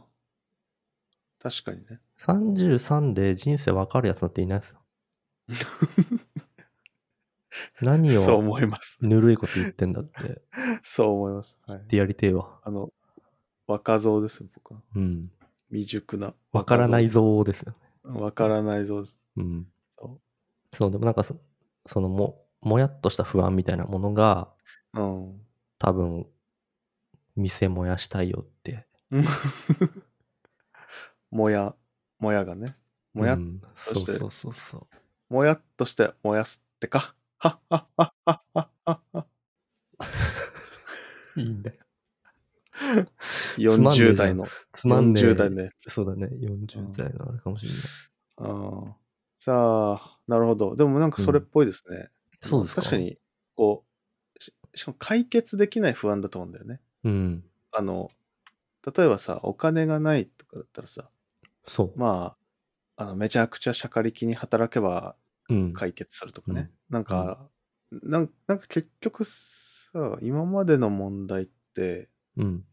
[SPEAKER 2] 確かにね。
[SPEAKER 1] 33で人生分かるやつなんていない
[SPEAKER 2] (laughs)
[SPEAKER 1] ですよ。何
[SPEAKER 2] そう
[SPEAKER 1] を
[SPEAKER 2] 思います。
[SPEAKER 1] ぬるいこと言ってんだ
[SPEAKER 2] (laughs)
[SPEAKER 1] って。
[SPEAKER 2] そう思います。はい。
[SPEAKER 1] でやりてえわ。
[SPEAKER 2] あの、若造ですよ、僕は。
[SPEAKER 1] うん。
[SPEAKER 2] 未熟な。
[SPEAKER 1] 分からない。像ですよね。
[SPEAKER 2] わからない像です。
[SPEAKER 1] うん。
[SPEAKER 2] そ
[SPEAKER 1] そう、でもなんかそ、そのも、もやっとした不安みたいなものが、
[SPEAKER 2] う。うん。 (laughs)
[SPEAKER 1] 多分、店燃やしたいよって。
[SPEAKER 2] もや、もやがね。もや、
[SPEAKER 1] うんそ
[SPEAKER 2] と
[SPEAKER 1] う
[SPEAKER 2] して
[SPEAKER 1] そうそうそう。
[SPEAKER 2] もやっとして燃やすってか。はっはっはっはっはっはっは。
[SPEAKER 1] (laughs) いいんだよ。つまんねえ
[SPEAKER 2] 40
[SPEAKER 1] じゃん
[SPEAKER 2] 代の。
[SPEAKER 1] つまんねえ。
[SPEAKER 2] 40代のやつ。
[SPEAKER 1] そうだね。40代のあれかもしれない。
[SPEAKER 2] うんさあ、なるほど。でもなんかそれっぽいですね。
[SPEAKER 1] そうですか。
[SPEAKER 2] 確か。に、こう、ししかも解決できない不安だと思うんだよね。
[SPEAKER 1] うん。
[SPEAKER 2] あの、例えばさ、お金がないとかだったらさ、
[SPEAKER 1] そう。
[SPEAKER 2] まあ、あのめちゃくちゃしゃかりきに働けば
[SPEAKER 1] うん。
[SPEAKER 2] 解決するとかね。なんか、なんなんか結局さ、今までの問題って、
[SPEAKER 1] うん。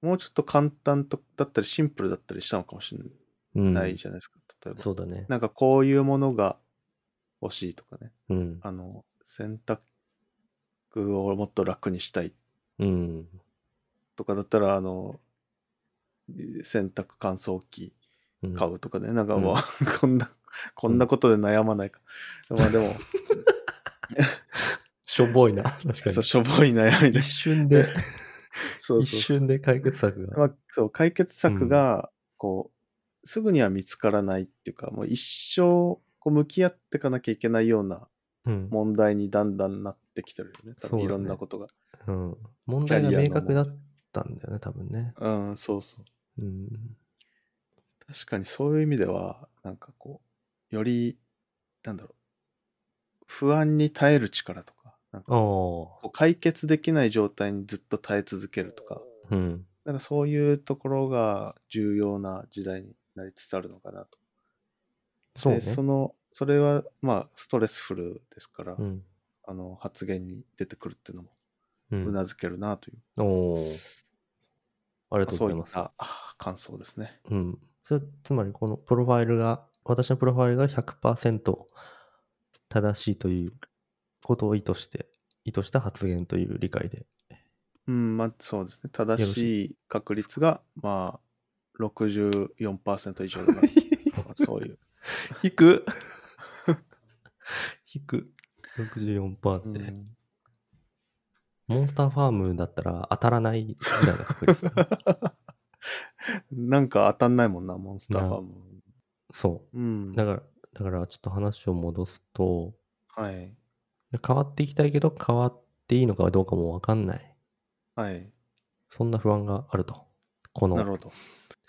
[SPEAKER 2] もうちょっと簡単とだったりシンプルだったりしたのかもし
[SPEAKER 1] う
[SPEAKER 2] れ
[SPEAKER 1] ん。
[SPEAKER 2] ないじゃないですか、例えば。
[SPEAKER 1] そうだね。
[SPEAKER 2] なんかこういうものが欲しいとかね。
[SPEAKER 1] うん。
[SPEAKER 2] あの、選択をもっと楽にしたい
[SPEAKER 1] うん。
[SPEAKER 2] とかだったら、あの、洗濯乾燥機
[SPEAKER 1] うん
[SPEAKER 2] 買うとかね、なんか
[SPEAKER 1] うん
[SPEAKER 2] もう、 (laughs) こんな、こんなことで悩まないか。まあでも、
[SPEAKER 1] しょぼ
[SPEAKER 2] (laughs)
[SPEAKER 1] いな。 (laughs) 確か
[SPEAKER 2] そう
[SPEAKER 1] に。
[SPEAKER 2] しょぼい悩みで
[SPEAKER 1] 一。瞬で、
[SPEAKER 2] (laughs) そう
[SPEAKER 1] 一
[SPEAKER 2] そう
[SPEAKER 1] 瞬で解決策が。
[SPEAKER 2] まあ、そう、解決策が、こう、すぐには見つからないっていうか、もう一生、こう、向き合っていかなきゃいけないような
[SPEAKER 1] うん。
[SPEAKER 2] 問題にだんだんなってきてるよね。多
[SPEAKER 1] そうだ
[SPEAKER 2] 分
[SPEAKER 1] ね
[SPEAKER 2] いろんなことが。
[SPEAKER 1] うん。問題が
[SPEAKER 2] キャリア
[SPEAKER 1] 明
[SPEAKER 2] の
[SPEAKER 1] 確だったんだよね、多分ね。
[SPEAKER 2] うん、そうそ
[SPEAKER 1] う
[SPEAKER 2] う。
[SPEAKER 1] ん。
[SPEAKER 2] 確かにそういう意味では、なんかこう、より、なんだろう、不安に耐える力とか、なんか
[SPEAKER 1] おー。
[SPEAKER 2] こう解決できない状態にずっと耐え続けるとか、
[SPEAKER 1] うん。
[SPEAKER 2] なんかそういうところが重要な時代になりつつあるのかなと。
[SPEAKER 1] そうね。
[SPEAKER 2] でその、それはまあストレスフルですから、
[SPEAKER 1] うん。
[SPEAKER 2] あの発言に出てくるっていうのも
[SPEAKER 1] う。
[SPEAKER 2] うなんずけるなという、
[SPEAKER 1] おー。ありがとう
[SPEAKER 2] そ
[SPEAKER 1] ご
[SPEAKER 2] う
[SPEAKER 1] ざ
[SPEAKER 2] い
[SPEAKER 1] い
[SPEAKER 2] っ
[SPEAKER 1] ます。
[SPEAKER 2] たあ感想ですね。
[SPEAKER 1] うん。それつまり、このプロファイルが、私のプロファイルが100%正しいということを意図して、意図した発言という理解で。
[SPEAKER 2] うん、まあそうですね。
[SPEAKER 1] よ
[SPEAKER 2] 正
[SPEAKER 1] ろ
[SPEAKER 2] しい確率が、まあ、64%以上だなま (laughs) あそういう。
[SPEAKER 1] 引く (laughs) 引く。64%って、
[SPEAKER 2] うん
[SPEAKER 1] モンスターファームだったら当たらないぐらいの確
[SPEAKER 2] (laughs)
[SPEAKER 1] 率。
[SPEAKER 2] なん (laughs) か当たんないもんな、モンスターファーム。
[SPEAKER 1] そうう。
[SPEAKER 2] ん。
[SPEAKER 1] だから、だからちょっと話を戻すと、
[SPEAKER 2] はい。
[SPEAKER 1] で変わっていきたいけど、変わっていいのかどうかもわかんない。
[SPEAKER 2] はい。
[SPEAKER 1] そんな不安があると。こ
[SPEAKER 2] なる
[SPEAKER 1] の
[SPEAKER 2] ほど。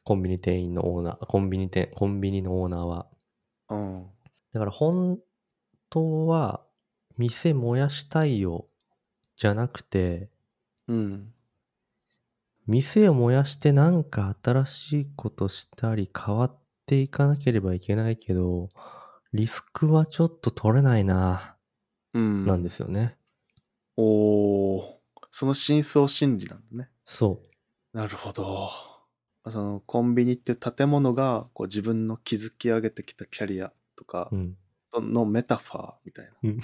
[SPEAKER 1] コンビニ店員のオーナー、コンビニ店、コンビニのオーナーは。
[SPEAKER 2] うん。
[SPEAKER 1] だから本当は、店燃やしたいよ、じゃなくて、
[SPEAKER 2] うん。
[SPEAKER 1] 店を燃やしてなんか新しいことしたり変わっていかなければいけないけど、リスクはちょっと取れないな、
[SPEAKER 2] うん。
[SPEAKER 1] なんですよね。
[SPEAKER 2] おーその真相心理なんだね。
[SPEAKER 1] そう。
[SPEAKER 2] なるほど。そのコンビニっていう建物がこう自分の築き上げてきたキャリアとか
[SPEAKER 1] うん。
[SPEAKER 2] のメタファーみたい
[SPEAKER 1] うん
[SPEAKER 2] な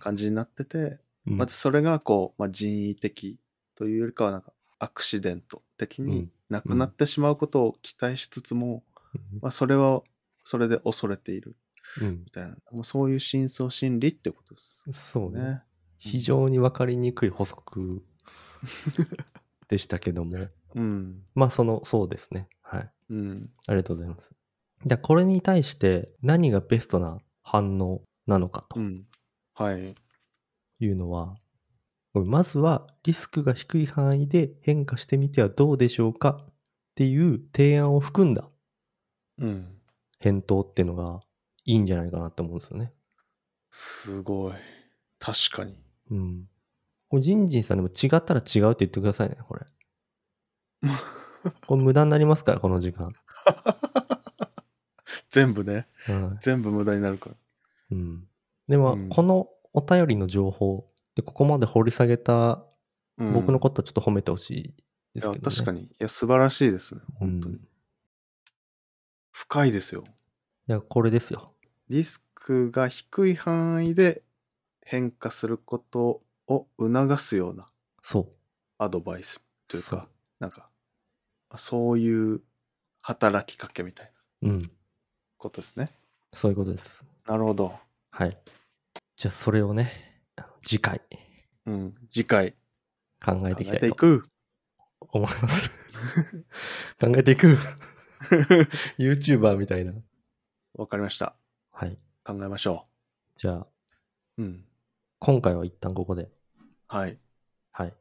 [SPEAKER 2] 感じになってて、
[SPEAKER 1] うん
[SPEAKER 2] またそれがこう、まあ、人為的というよりかはなんかアクシデント的
[SPEAKER 1] うん
[SPEAKER 2] になくなってしまうことを期待しつつも、
[SPEAKER 1] うん
[SPEAKER 2] まあ、それはそれで恐れている
[SPEAKER 1] うん
[SPEAKER 2] み。たいなもうそういう深層心理ってことです
[SPEAKER 1] そうね。
[SPEAKER 2] ね。
[SPEAKER 1] 非常に分かりにくい補足でしたけども、
[SPEAKER 2] うん
[SPEAKER 1] まあその、そうですね。はい。
[SPEAKER 2] うん
[SPEAKER 1] ありがとうございます。じゃあこれに対して何がベストな反応なのか
[SPEAKER 2] う
[SPEAKER 1] と
[SPEAKER 2] んはい
[SPEAKER 1] いうのは、まずはリスクが低い範囲で変化してみてはどうでしょうかっていう提案を含んだ
[SPEAKER 2] うん
[SPEAKER 1] 返答っていうのがいいんじゃないかなと思うんですよね。
[SPEAKER 2] すごい確かに (laughs)
[SPEAKER 1] うん。これジンジンさんでも違ったら違うって言ってくださいね、これ。これ無駄になりますから、この時間。
[SPEAKER 2] 全部ね
[SPEAKER 1] はい。
[SPEAKER 2] 全部無駄になるから
[SPEAKER 1] うん、でも、
[SPEAKER 2] うん
[SPEAKER 1] このお便りの情報でここまで掘り下げた、
[SPEAKER 2] うん
[SPEAKER 1] 僕のことはちょっと褒めてほしいで
[SPEAKER 2] い
[SPEAKER 1] す
[SPEAKER 2] や
[SPEAKER 1] けど、ね、
[SPEAKER 2] 確かにいや素晴らしいですね本当に、
[SPEAKER 1] うん
[SPEAKER 2] 深いですよ
[SPEAKER 1] だからこれですよ
[SPEAKER 2] リスクが低い範囲で変化することを促すような
[SPEAKER 1] そ
[SPEAKER 2] アドバイスという
[SPEAKER 1] そ
[SPEAKER 2] か
[SPEAKER 1] う、
[SPEAKER 2] なんか、そういう働きかけみたいな
[SPEAKER 1] ううん
[SPEAKER 2] ことですね。
[SPEAKER 1] そういうことです
[SPEAKER 2] なるほど。
[SPEAKER 1] はいじゃあそれをねあの次回
[SPEAKER 2] うん。次回
[SPEAKER 1] 考え
[SPEAKER 2] 考
[SPEAKER 1] ていき
[SPEAKER 2] え
[SPEAKER 1] た
[SPEAKER 2] て
[SPEAKER 1] い
[SPEAKER 2] い
[SPEAKER 1] と
[SPEAKER 2] く。
[SPEAKER 1] 思います (laughs) 考えていく (laughs) YouTuber みたいな
[SPEAKER 2] わかりました。
[SPEAKER 1] はい
[SPEAKER 2] 考えましょ
[SPEAKER 1] じゃあ
[SPEAKER 2] う。うん。
[SPEAKER 1] 今回は一旦ここで
[SPEAKER 2] はい。
[SPEAKER 1] はい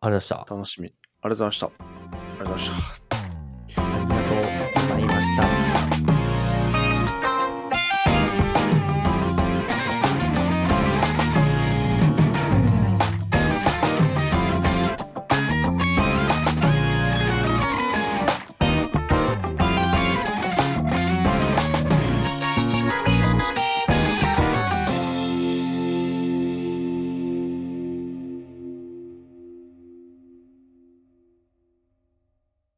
[SPEAKER 1] ありがとうございました
[SPEAKER 2] 楽しみ。ありがとうございました。ありがとうございました。